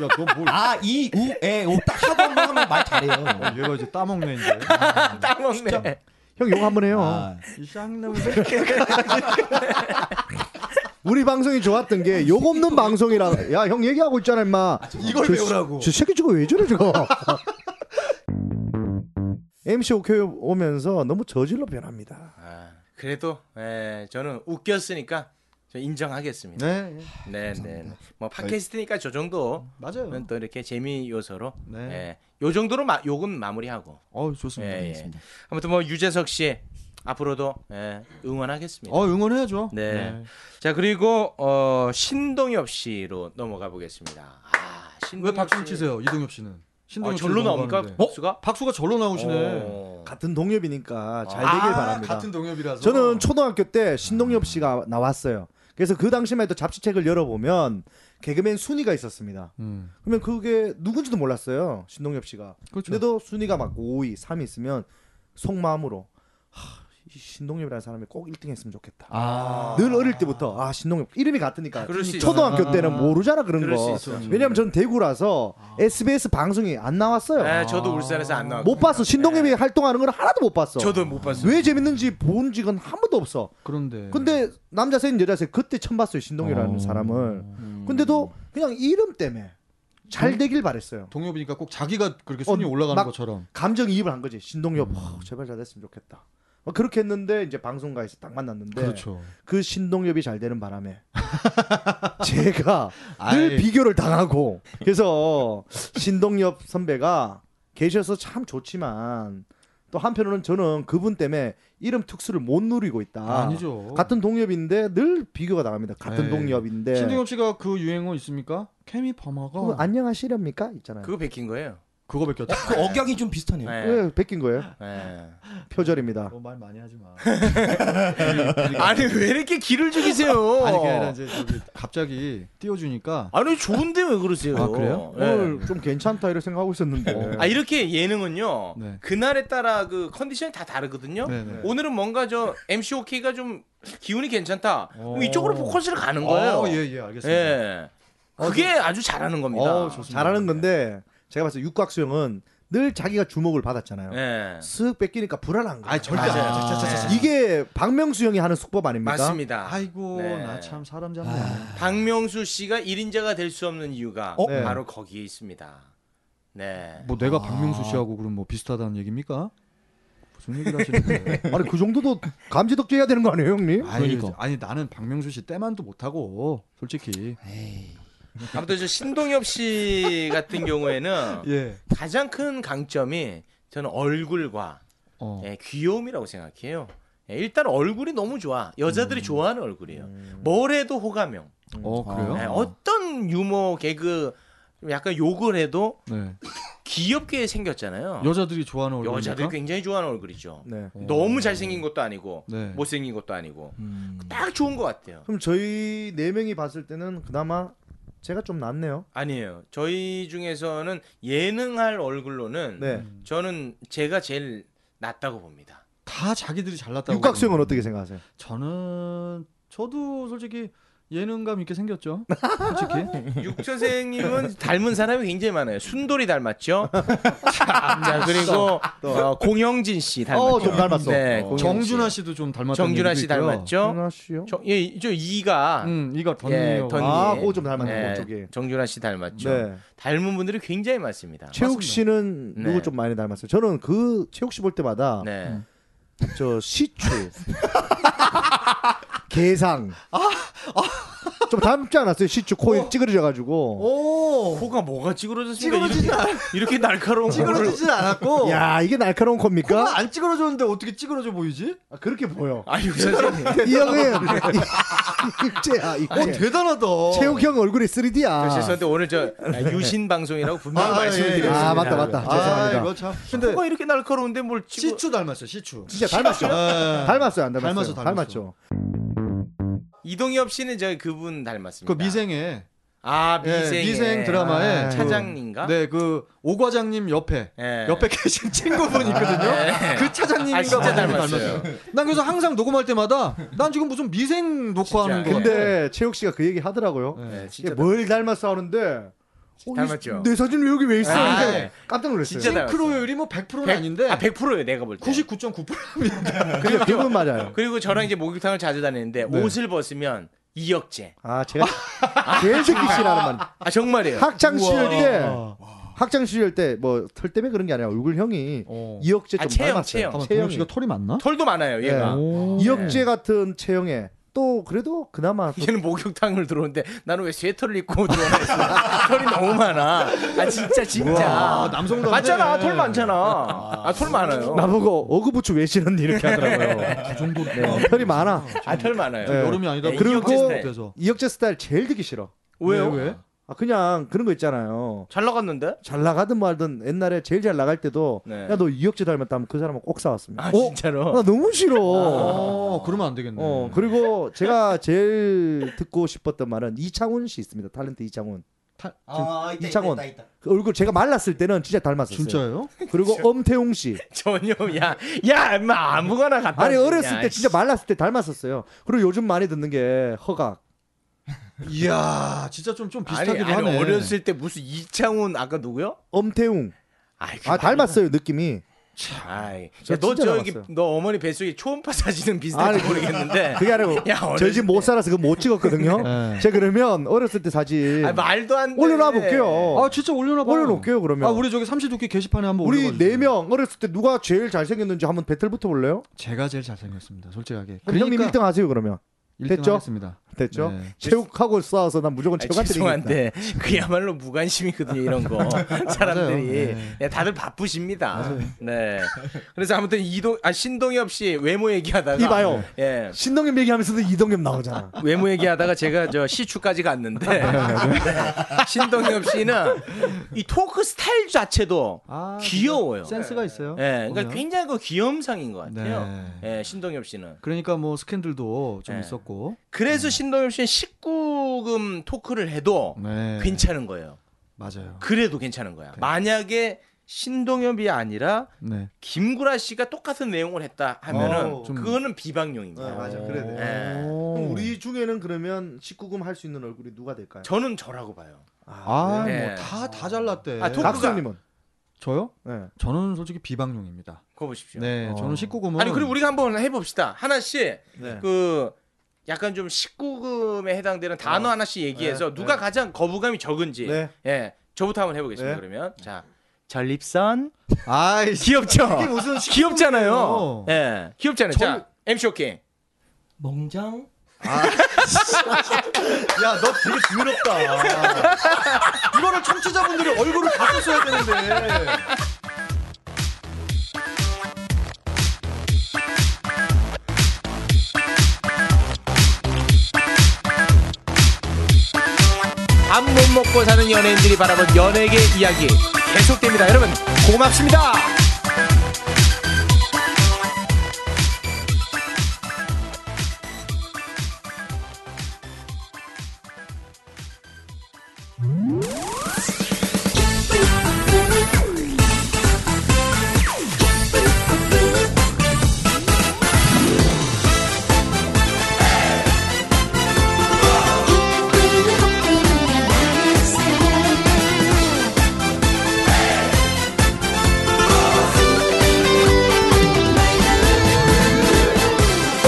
S3: 야, 너 뭘?
S7: 아, 이, 우, 에, 오, 딱 하고만 하면 말 잘해요.
S3: 어, 얘가 이제 따먹네 이제.
S4: 아,
S2: 아, 뭐, 따먹네.
S4: 형 욕 한번 해요.
S7: 아,
S3: 이 쌍놈 새끼.
S4: 우리 방송이 좋았던
S3: 아,
S4: 게 욕 없는 방송이라. 야, 형 얘기하고 있잖아, 임마.
S3: 이걸
S4: 저-
S3: 배우라고.
S4: 저 새끼 저거 왜 저래 저거. MC 오케이 오면서 너무 저질로 변합니다.
S2: 아, 그래도 예, 저는 웃겼으니까 저 인정하겠습니다.
S3: 네, 예.
S2: 네, 네. 네. 뭐 팟캐스트니까 저 정도는
S3: 맞아요.
S2: 또 이렇게 재미 요소로
S3: 네.
S2: 예, 요 정도로 마, 요금 마무리하고.
S3: 어, 좋습니다.
S2: 예, 예. 아무튼 뭐 유재석 씨 앞으로도 예, 응원하겠습니다.
S3: 어, 응원해야죠.
S2: 네. 자 그리고 어, 신동엽 씨로 넘어가 보겠습니다. 아,
S3: 왜
S2: 신동엽
S3: 박수를
S2: 씨.
S3: 치세요, 이동엽 씨는?
S2: 아,
S3: 신동엽 씨를
S2: 절로 나옵니까? 뭐?
S3: 넘어가는데.
S2: 수가? 어.
S3: 박수가 절로 나오시네.
S4: 같은 동엽이니까 잘
S2: 아,
S4: 되길 네 바랍니다.
S3: 같은 동엽이라서.
S4: 저는 초등학교 때 신동엽 씨가 나왔어요. 그래서 그 당시만 해도 잡지책을 열어보면 개그맨 순위가 있었습니다.
S3: 음.
S4: 그러면 그게 누군지도 몰랐어요. 신동엽 씨가.
S3: 그렇죠.
S4: 근데도 순위가 막 5위, 3위 있으면 속마음으로 하, 신동엽이라는 사람이 꼭 1등했으면 좋겠다.
S3: 아.
S4: 늘 어릴 때부터 아 신동엽 이름이 같으니까
S2: 아, 그럴 수
S4: 초등학교
S2: 있잖아.
S4: 때는 모르잖아 그런
S2: 그럴 수 아.
S4: 거.
S2: 있어.
S4: 왜냐면 저는 대구라서 SBS 방송이 안 나왔어요.
S3: 아,
S2: 에, 예, 저도 울산에서 안 나왔고.
S4: 못 봤어. 신동엽이 활동하는 걸 하나도 못 봤어.
S2: 아, 네. 저도 못 봤어요.
S4: 왜 재밌는지 본 적은 한 번도 없어.
S3: 그런데
S4: 근데 남자 셋 여자 셋 그때 처음 봤어요 신동엽이라는
S3: 어. 음.
S4: 사람을. 근데도 그냥 이름 때문에 잘 되길 바랬어요.
S3: 동엽이니까 꼭 자기가 그렇게 순위
S4: 어,
S3: 올라가는
S4: 막-
S3: 것처럼
S4: 감정 이입을 한 거지.
S3: 음.
S4: 신동엽 어, 제발 잘 됐으면 좋겠다. 막 그렇게 했는데 이제 방송가에서 딱 만났는데
S3: 그렇죠.
S4: 그 신동엽이 잘 되는 바람에 제가 늘
S3: 아이.
S4: 비교를 당하고 그래서 신동엽 선배가 계셔서 참 좋지만 또 한편으로는 저는 그분 때문에 이름 특수를 못 누리고 있다.
S3: 아니죠.
S4: 같은 동엽인데 늘 비교가 나갑니다. 같은
S3: 에이.
S4: 동엽인데
S3: 신동엽 씨가 그 유행어 있습니까? 케미 파마가
S4: 그거 안녕하시렵니까 있잖아요.
S2: 그거 베낀 거예요.
S3: 그거 베꼈다.
S7: 그 억양이 좀 비슷하네요.
S2: 예.
S4: 왜 베낀 거예요?
S2: 예.
S4: 표절입니다.
S3: 뭐 말 많이 하지 마.
S2: 예. 아니 왜 이렇게 기를 죽이세요?
S3: 아니 그게 아니라 이제 저기 갑자기 띄워주니까
S2: 아니, 좋은데 왜 그러세요?
S3: 아, 그래요?
S2: 예.
S4: 오늘 네. 좀 괜찮다 이렇게 생각하고 있었는데.
S2: 아 이렇게 예능은요
S3: 네.
S2: 그날에 따라 그 컨디션이 다 다르거든요.
S3: 네네.
S2: 오늘은 뭔가 저 MC OK가 좀 기운이 괜찮다.
S3: 오.
S2: 그럼 이쪽으로 포커스를 가는 거예요.
S3: 어, 예, 예, 알겠습니다. 네.
S2: 예. 그게 아주 잘하는 겁니다.
S4: 어, 좋습니다. 잘하는 건데 제가 봤을 때 육각수형은 늘 자기가 주목을 받았잖아요.
S2: 예.
S4: 쓱 뺏기니까 불안한 거예요.
S3: 아, 절대
S2: 맞아요.
S3: 안 해요. 자, 자, 자, 자, 자.
S4: 이게 박명수 형이 하는 숙법 아닙니까?
S2: 맞습니다.
S3: 아이고,
S2: 네.
S3: 나 참 사람 잡네. 아,
S2: 박명수 씨가 1인자가 될 수 없는 이유가
S4: 어? 네.
S2: 바로 거기에 있습니다. 네.
S3: 뭐 내가 박명수 씨하고 그럼 뭐 비슷하다는 얘기입니까? 무슨 얘기를 하시는 거예요?
S4: 아니 그 정도도 감지덕지해야 되는 거 아니에요, 형님?
S3: 아니, 아니 나는 박명수 씨 때만도 못하고 솔직히 뭐.
S2: 아무튼 저 신동엽 씨 같은 경우에는
S3: 예.
S2: 가장 큰 강점이 저는 얼굴과
S3: 어.
S2: 예, 귀여움이라고 생각해요. 예, 일단 얼굴이 너무 좋아.
S3: 음.
S2: 여자들이 좋아하는 얼굴이에요. 뭘 해도 호감형.
S3: 어 그래요?
S2: 예, 어떤 유머 개그 좀 약간 욕을 해도
S3: 네.
S2: 귀엽게 생겼잖아요.
S3: 여자들이 좋아하는 얼굴
S2: 여자들이 굉장히 좋아하는 얼굴이죠.
S4: 네.
S2: 너무 잘생긴 것도 아니고
S3: 네.
S2: 못생긴 것도 아니고
S7: 음.
S4: 음.
S2: 딱 좋은 것 같아요.
S4: 그럼 저희 네 명이 봤을 때는 그나마 제가 좀 낫네요.
S2: 아니에요. 저희 중에서는 예능할 얼굴로는
S4: 네.
S2: 저는 제가 제일 낫다고 봅니다.
S3: 다 자기들이 잘났다고.
S4: 육각수 형은 어떻게 생각하세요?
S3: 저는 저도 솔직히 예능감 있게 생겼죠. 솔직히.
S2: 육선생님은 닮은 사람이 굉장히 많아요. 순돌이 닮았죠. 자 그리고 어, 공영진 씨 닮았죠.
S4: 어, 좀 닮았어.
S2: 네,
S4: 어.
S2: 공영진
S3: 정준하 씨도 좀 닮았다.
S2: 정준하 씨 닮았죠.
S4: 하나 씨요?
S2: 저, 예, 저 이가
S3: 음, 이거 던니.
S2: 예, 던니.
S4: 아, 그거 좀 닮았네.
S2: 예,
S4: 요 쪽이.
S2: 정준하 씨 닮았죠.
S4: 네.
S2: 닮은 분들이 굉장히 많습니다.
S4: 최욱 씨는
S2: 네.
S4: 누구 좀 많이 닮았어요? 저는 그 최욱 씨 볼 때마다
S2: 네.
S4: 저 시추 개상 좀 닮지 않았어요 시추 코 찌그러져 가지고
S2: 코가 뭐가 찌그러졌습니까? 이렇게, 이렇게 날카로운 코를
S3: 찌그러지진 않았고.
S4: 야 이게 날카로운 겁니까
S3: 코가 안 어. 찌그러졌는데 어떻게 찌그러져 보이지?
S4: 아, 그렇게 보여
S2: 아, 육선생님.
S4: 이 형은 육체야
S3: 어,
S2: 그
S4: 육체
S3: 대단하다.
S4: 체육 형 얼굴이 3D야
S2: 죄송한데 오늘 저 아, 유신 방송이라고
S3: 예,
S2: 분명히 말씀드렸습니다.
S4: 아 맞다 맞다
S3: 아,
S4: 죄송합니다
S3: 이거 참. 근데
S2: 코가 이렇게 날카로운데 뭘 찌그...
S3: 시추 닮았어요. 시추.
S4: 진짜 닮았죠
S3: 예.
S4: 닮았어요 안 닮았어요
S3: 닮았어, 닮았어.
S4: 닮았죠
S2: 이동엽 씨는 저 그분 닮았습니다.
S3: 그 미생에
S2: 아 미생.
S3: 예, 미생 드라마에 그-
S2: 아, 차장님가?
S3: 네, 그 오과장님 옆에
S2: 예.
S3: 옆에 계신 친구분 있거든요.
S2: 예.
S3: 그 차장님인가
S2: 아, 진짜
S3: 봐요. 네.
S2: 닮았어요.
S3: 난 그래서 항상 녹음할 때마다 난 지금 무슨 미생 녹화하는 거.
S2: 진짜.
S4: 근데 최욱 씨가 그 얘기 하더라고요
S3: 예,
S2: 네,
S4: 이게
S2: 진짜
S4: 뭘 닮았어 하는데 어, 이-
S2: 닮았죠.
S4: 내 사진 왜 여기 왜 있어
S2: 아,
S4: 이렇게
S2: 네.
S4: 깜짝 놀랐어요
S2: 진짜 닮았어요.
S3: 싱크로율이 뭐 100%는 아닌데
S2: 아 100%예요 내가 볼 때.
S3: 99.9%입니다.
S4: 그게 그건 맞아요
S2: 그리고 저랑 이제 목욕탕을 자주 다니는데
S3: 네.
S2: 옷을 벗으면 이역제.
S4: 아 제가 제일 새끼 싫어하는 말
S2: 아 정말이에요.
S4: 학창 시절 때 학창 시절 때 뭐 털 때문에 그런 게 아니라 얼굴 형이 이혁재
S2: 아,
S4: 좀
S2: 체형, 체형. 네.
S4: 닮았어요.
S3: 어. 잠깐만,
S4: 체형
S3: 동엽
S4: 이
S3: 씨가 털이 많나?
S2: 털도 많아요 얘가.
S3: 네.
S4: 이혁재 같은 체형에 또 그래도 그나마 또
S2: 얘는 목욕탕을 들어오는데 나는 왜 쇠털을 입고 들어오나 했어. 털이 너무 많아. 아 진짜 진짜.
S3: 남성도
S2: 맞잖아 털 많잖아. 아 털 많아요.
S4: 나보고 어그부츠 왜 신었니 이렇게 하더라고요.
S3: 그 정도
S4: 네, 털이 많아.
S2: 아 털 많아요.
S4: 네.
S3: 여름이 아니다.
S2: 네,
S4: 그리고
S2: 이혁재 스타일.
S3: 돼서
S4: 이혁재 스타일 제일 듣기 싫어.
S2: 왜요?
S3: 왜?
S4: 아 그냥 그런 거 있잖아요.
S2: 잘 나갔는데?
S4: 잘 나가든 말든 옛날에 제일 잘 나갈 때도
S2: 네.
S4: 야 너 이혁재 닮았다면 그 사람은 꼭 싸웠습니다.
S2: 아
S4: 어?
S2: 진짜로. 아.
S4: 나 너무 싫어.
S3: 어, 그러면 안 되겠네.
S4: 어 그리고 제가 제일 듣고 싶었던 말은 이창훈 씨 있습니다. 탤런트 이창훈.
S3: 타-
S7: 아, 있다,
S4: 이창원.
S7: 있다, 있다, 있다.
S4: 그 얼굴 제가 말랐을 때는 진짜 닮았었어요.
S3: 진짜요?
S4: 그리고 엄태웅 씨.
S2: 전혀 야야 인마 아무거나 갖다
S4: 아니
S2: 쓰냐.
S4: 어렸을 때 진짜 말랐을 때 닮았었어요. 그리고 요즘 많이 듣는 게 허각.
S3: 이야, 진짜 좀 좀
S2: 아니,
S3: 비슷하기도
S2: 아니,
S3: 하네.
S2: 어렸을 때 무슨 이창훈 아까 누구요?
S4: 엄태웅.
S2: 아이, 그
S4: 아 닮았어요 느낌이.
S2: 아이,
S4: 저
S2: 너
S4: 진짜
S2: 저기
S4: 닮았어요.
S2: 너 어머니 뱃속에 초음파 사진은 비슷할지
S4: 아니,
S2: 모르겠는데
S4: 그게 아니고
S2: 야, 어렸을
S4: 저희 집 못 살아서 그거 못 찍었거든요.
S3: 예.
S4: 제가 그러면 어렸을 때 사진
S2: 아니, 말도 안 돼.
S4: 올려놔 볼게요.
S3: 아, 진짜 올려놔 봐.
S4: 올려놓을게요 그러면.
S3: 아, 우리 저기 삼시두끼 게시판에 한번
S4: 우리
S3: 올려봐 뭐 주세요.
S4: 네 명 어렸을 때 누가 제일 잘생겼는지 한번 배틀 붙어볼래요?
S3: 제가 제일 잘생겼습니다. 솔직하게.
S4: 형님 1등 하세요 그러면 됐죠?
S3: 하겠습니다.
S4: 됐죠?
S3: 그러니까. 네.
S4: 체육하고 싸워서 난 무조건
S2: 아니,
S4: 체육한테 이긴다.
S2: 죄송한데 그야말로 무관심이거든요 이런 거 사람들이
S3: 맞아요. 네.
S2: 네, 다들 바쁘십니다. 네. 그래서 아무튼 이동 아 신동엽 씨 외모 얘기하다가
S4: 이봐요.
S2: 예.
S4: 신동엽 얘기하면서도 이동엽 나오잖아.
S2: 외모 얘기하다가 제가 저 시추까지 갔는데 신동엽 씨는 이 토크 스타일 자체도
S3: 아,
S2: 귀여워요.
S4: 네.
S3: 센스가 있어요.
S2: 예, 그러니까
S3: 보면.
S2: 굉장히 그 귀염상인 것 같아요.
S3: 네.
S2: 예, 신동엽 씨는.
S3: 그러니까 뭐 스캔들도 좀
S2: 네.
S3: 있었고.
S2: 그래서 신동엽 씨는 19금 토크를 해도 어,
S3: 네.
S2: 괜찮은 거예요.
S3: 맞아요.
S2: 그래도 괜찮은 거야. 만약에 신동엽이 아니라
S3: 네.
S2: 김구라 씨가 똑같은 내용을 했다 하면은
S4: 어,
S3: 좀- 어.
S2: 그거는
S3: 네,
S2: 비방용입니다.
S4: 그래.
S2: 예.
S4: 그럼 우리 중에는 그러면 19금 할 수 있는 얼굴이 누가 될까요?
S2: 저는 저라고 봐요.
S3: 아,
S2: 네.
S3: 뭐 다 다 잘났대.
S4: 뭐.
S2: 아, 토크가-
S4: 낙수님은
S3: 저요?
S4: 네.
S3: 저는 솔직히 비방용입니다.
S2: 그거 보십시오.
S3: 네.
S4: 어.
S3: 저는 19금은
S2: 아니 그리고 우리가 한번 해봅시다. 하나씩
S4: 네.
S2: 그 약간 좀 19금에 해당되는 단어 하나씩 얘기해서
S4: 네,
S2: 누가
S4: 네.
S2: 가장 거부감이 적은지
S4: 네.
S2: 예 저부터 한번
S4: 네.
S2: 해보겠습니다. 그러면 자 전립선
S3: 아이
S2: 귀엽죠?
S3: 무슨
S2: 귀엽잖아요.
S4: 어.
S3: 식품이에요.
S2: 예 귀엽잖아요. 자 MC 오킹
S7: 멍장.
S3: 야, 너 되게 드럽다. 이거를 청취자분들이 얼굴을 봤었어야 되는데.
S2: 밥 못 먹고 사는 연예인들이 바라본 연예계 이야기 계속됩니다. 여러분 고맙습니다.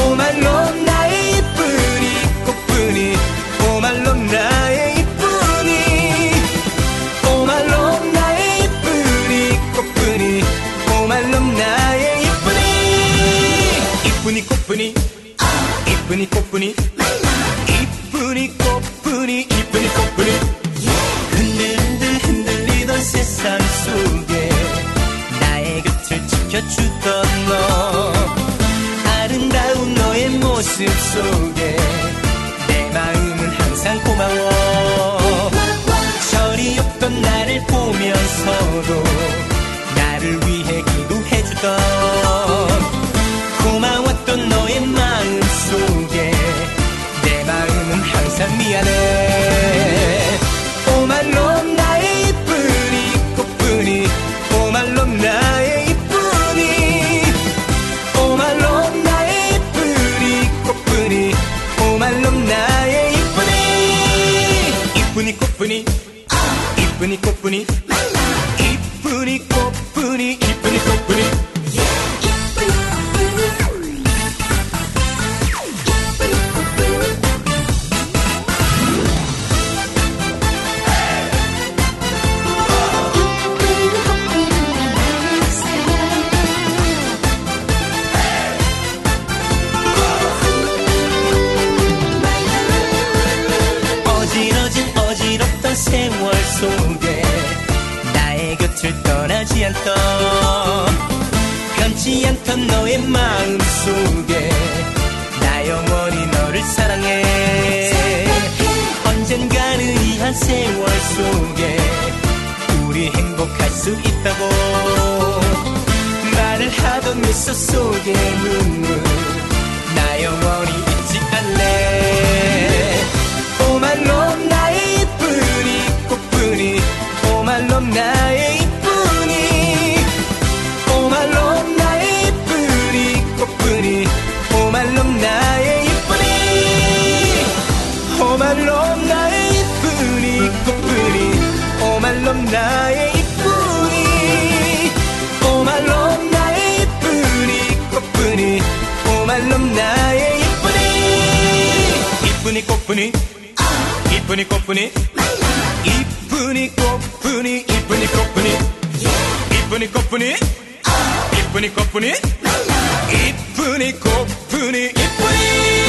S2: 오말론 나의 이쁜이 꽃뿐이 오말론 나의 이쁜이 오말론 나의 이쁜이 꽃뿐이 오말론 나의 이쁜이 이쁜이 꽃뿐이 이쁜이 꽃뿐이 이쁜이 꽃뿐이 이쁜이 꽃뿐이 흔들흔들 흔들리던 세상 속에 나의 곁을 지켜주던 너 아름다운 너의 모습 속에 내 마음은 항상 고마워 절이 없던 나를 보면서도 나를 위해 기도해주던 고마웠던 너의 마음 속에 내 마음은 항상 미안해 오말론 나의 이쁜이 꽃뿐이 오말론 나의 이쁜이 오말롬 나의 이쁜이 꽃뿐이 오말롬 나의 이쁜이 이쁜이 꽃뿐이 아, 이쁜이 꽃뿐이 이쁜이 꽃뿐이 이쁜이 꽃뿐이 어지러진 어지럽던 세월 속에 나의 곁을 떠나지 않던 변치 않던 너의 마음 속에 나 영원히 너를 사랑해 언젠가는 이 한 세월 속에 우리 행복할 수 있다고 말을 하던 미소 속에 눈물 나 영원히 잊지 않네 오만놈 나의 이쁜이 꽃
S8: 이쁜이 꽃분이 아, 이쁜이 꽃분이 이쁜이 꽃분이 이쁜이 꽃분이 이쁜이 꽃분이 아, 이쁜이 꽃분이 이쁜이 꽃분이 이쁜이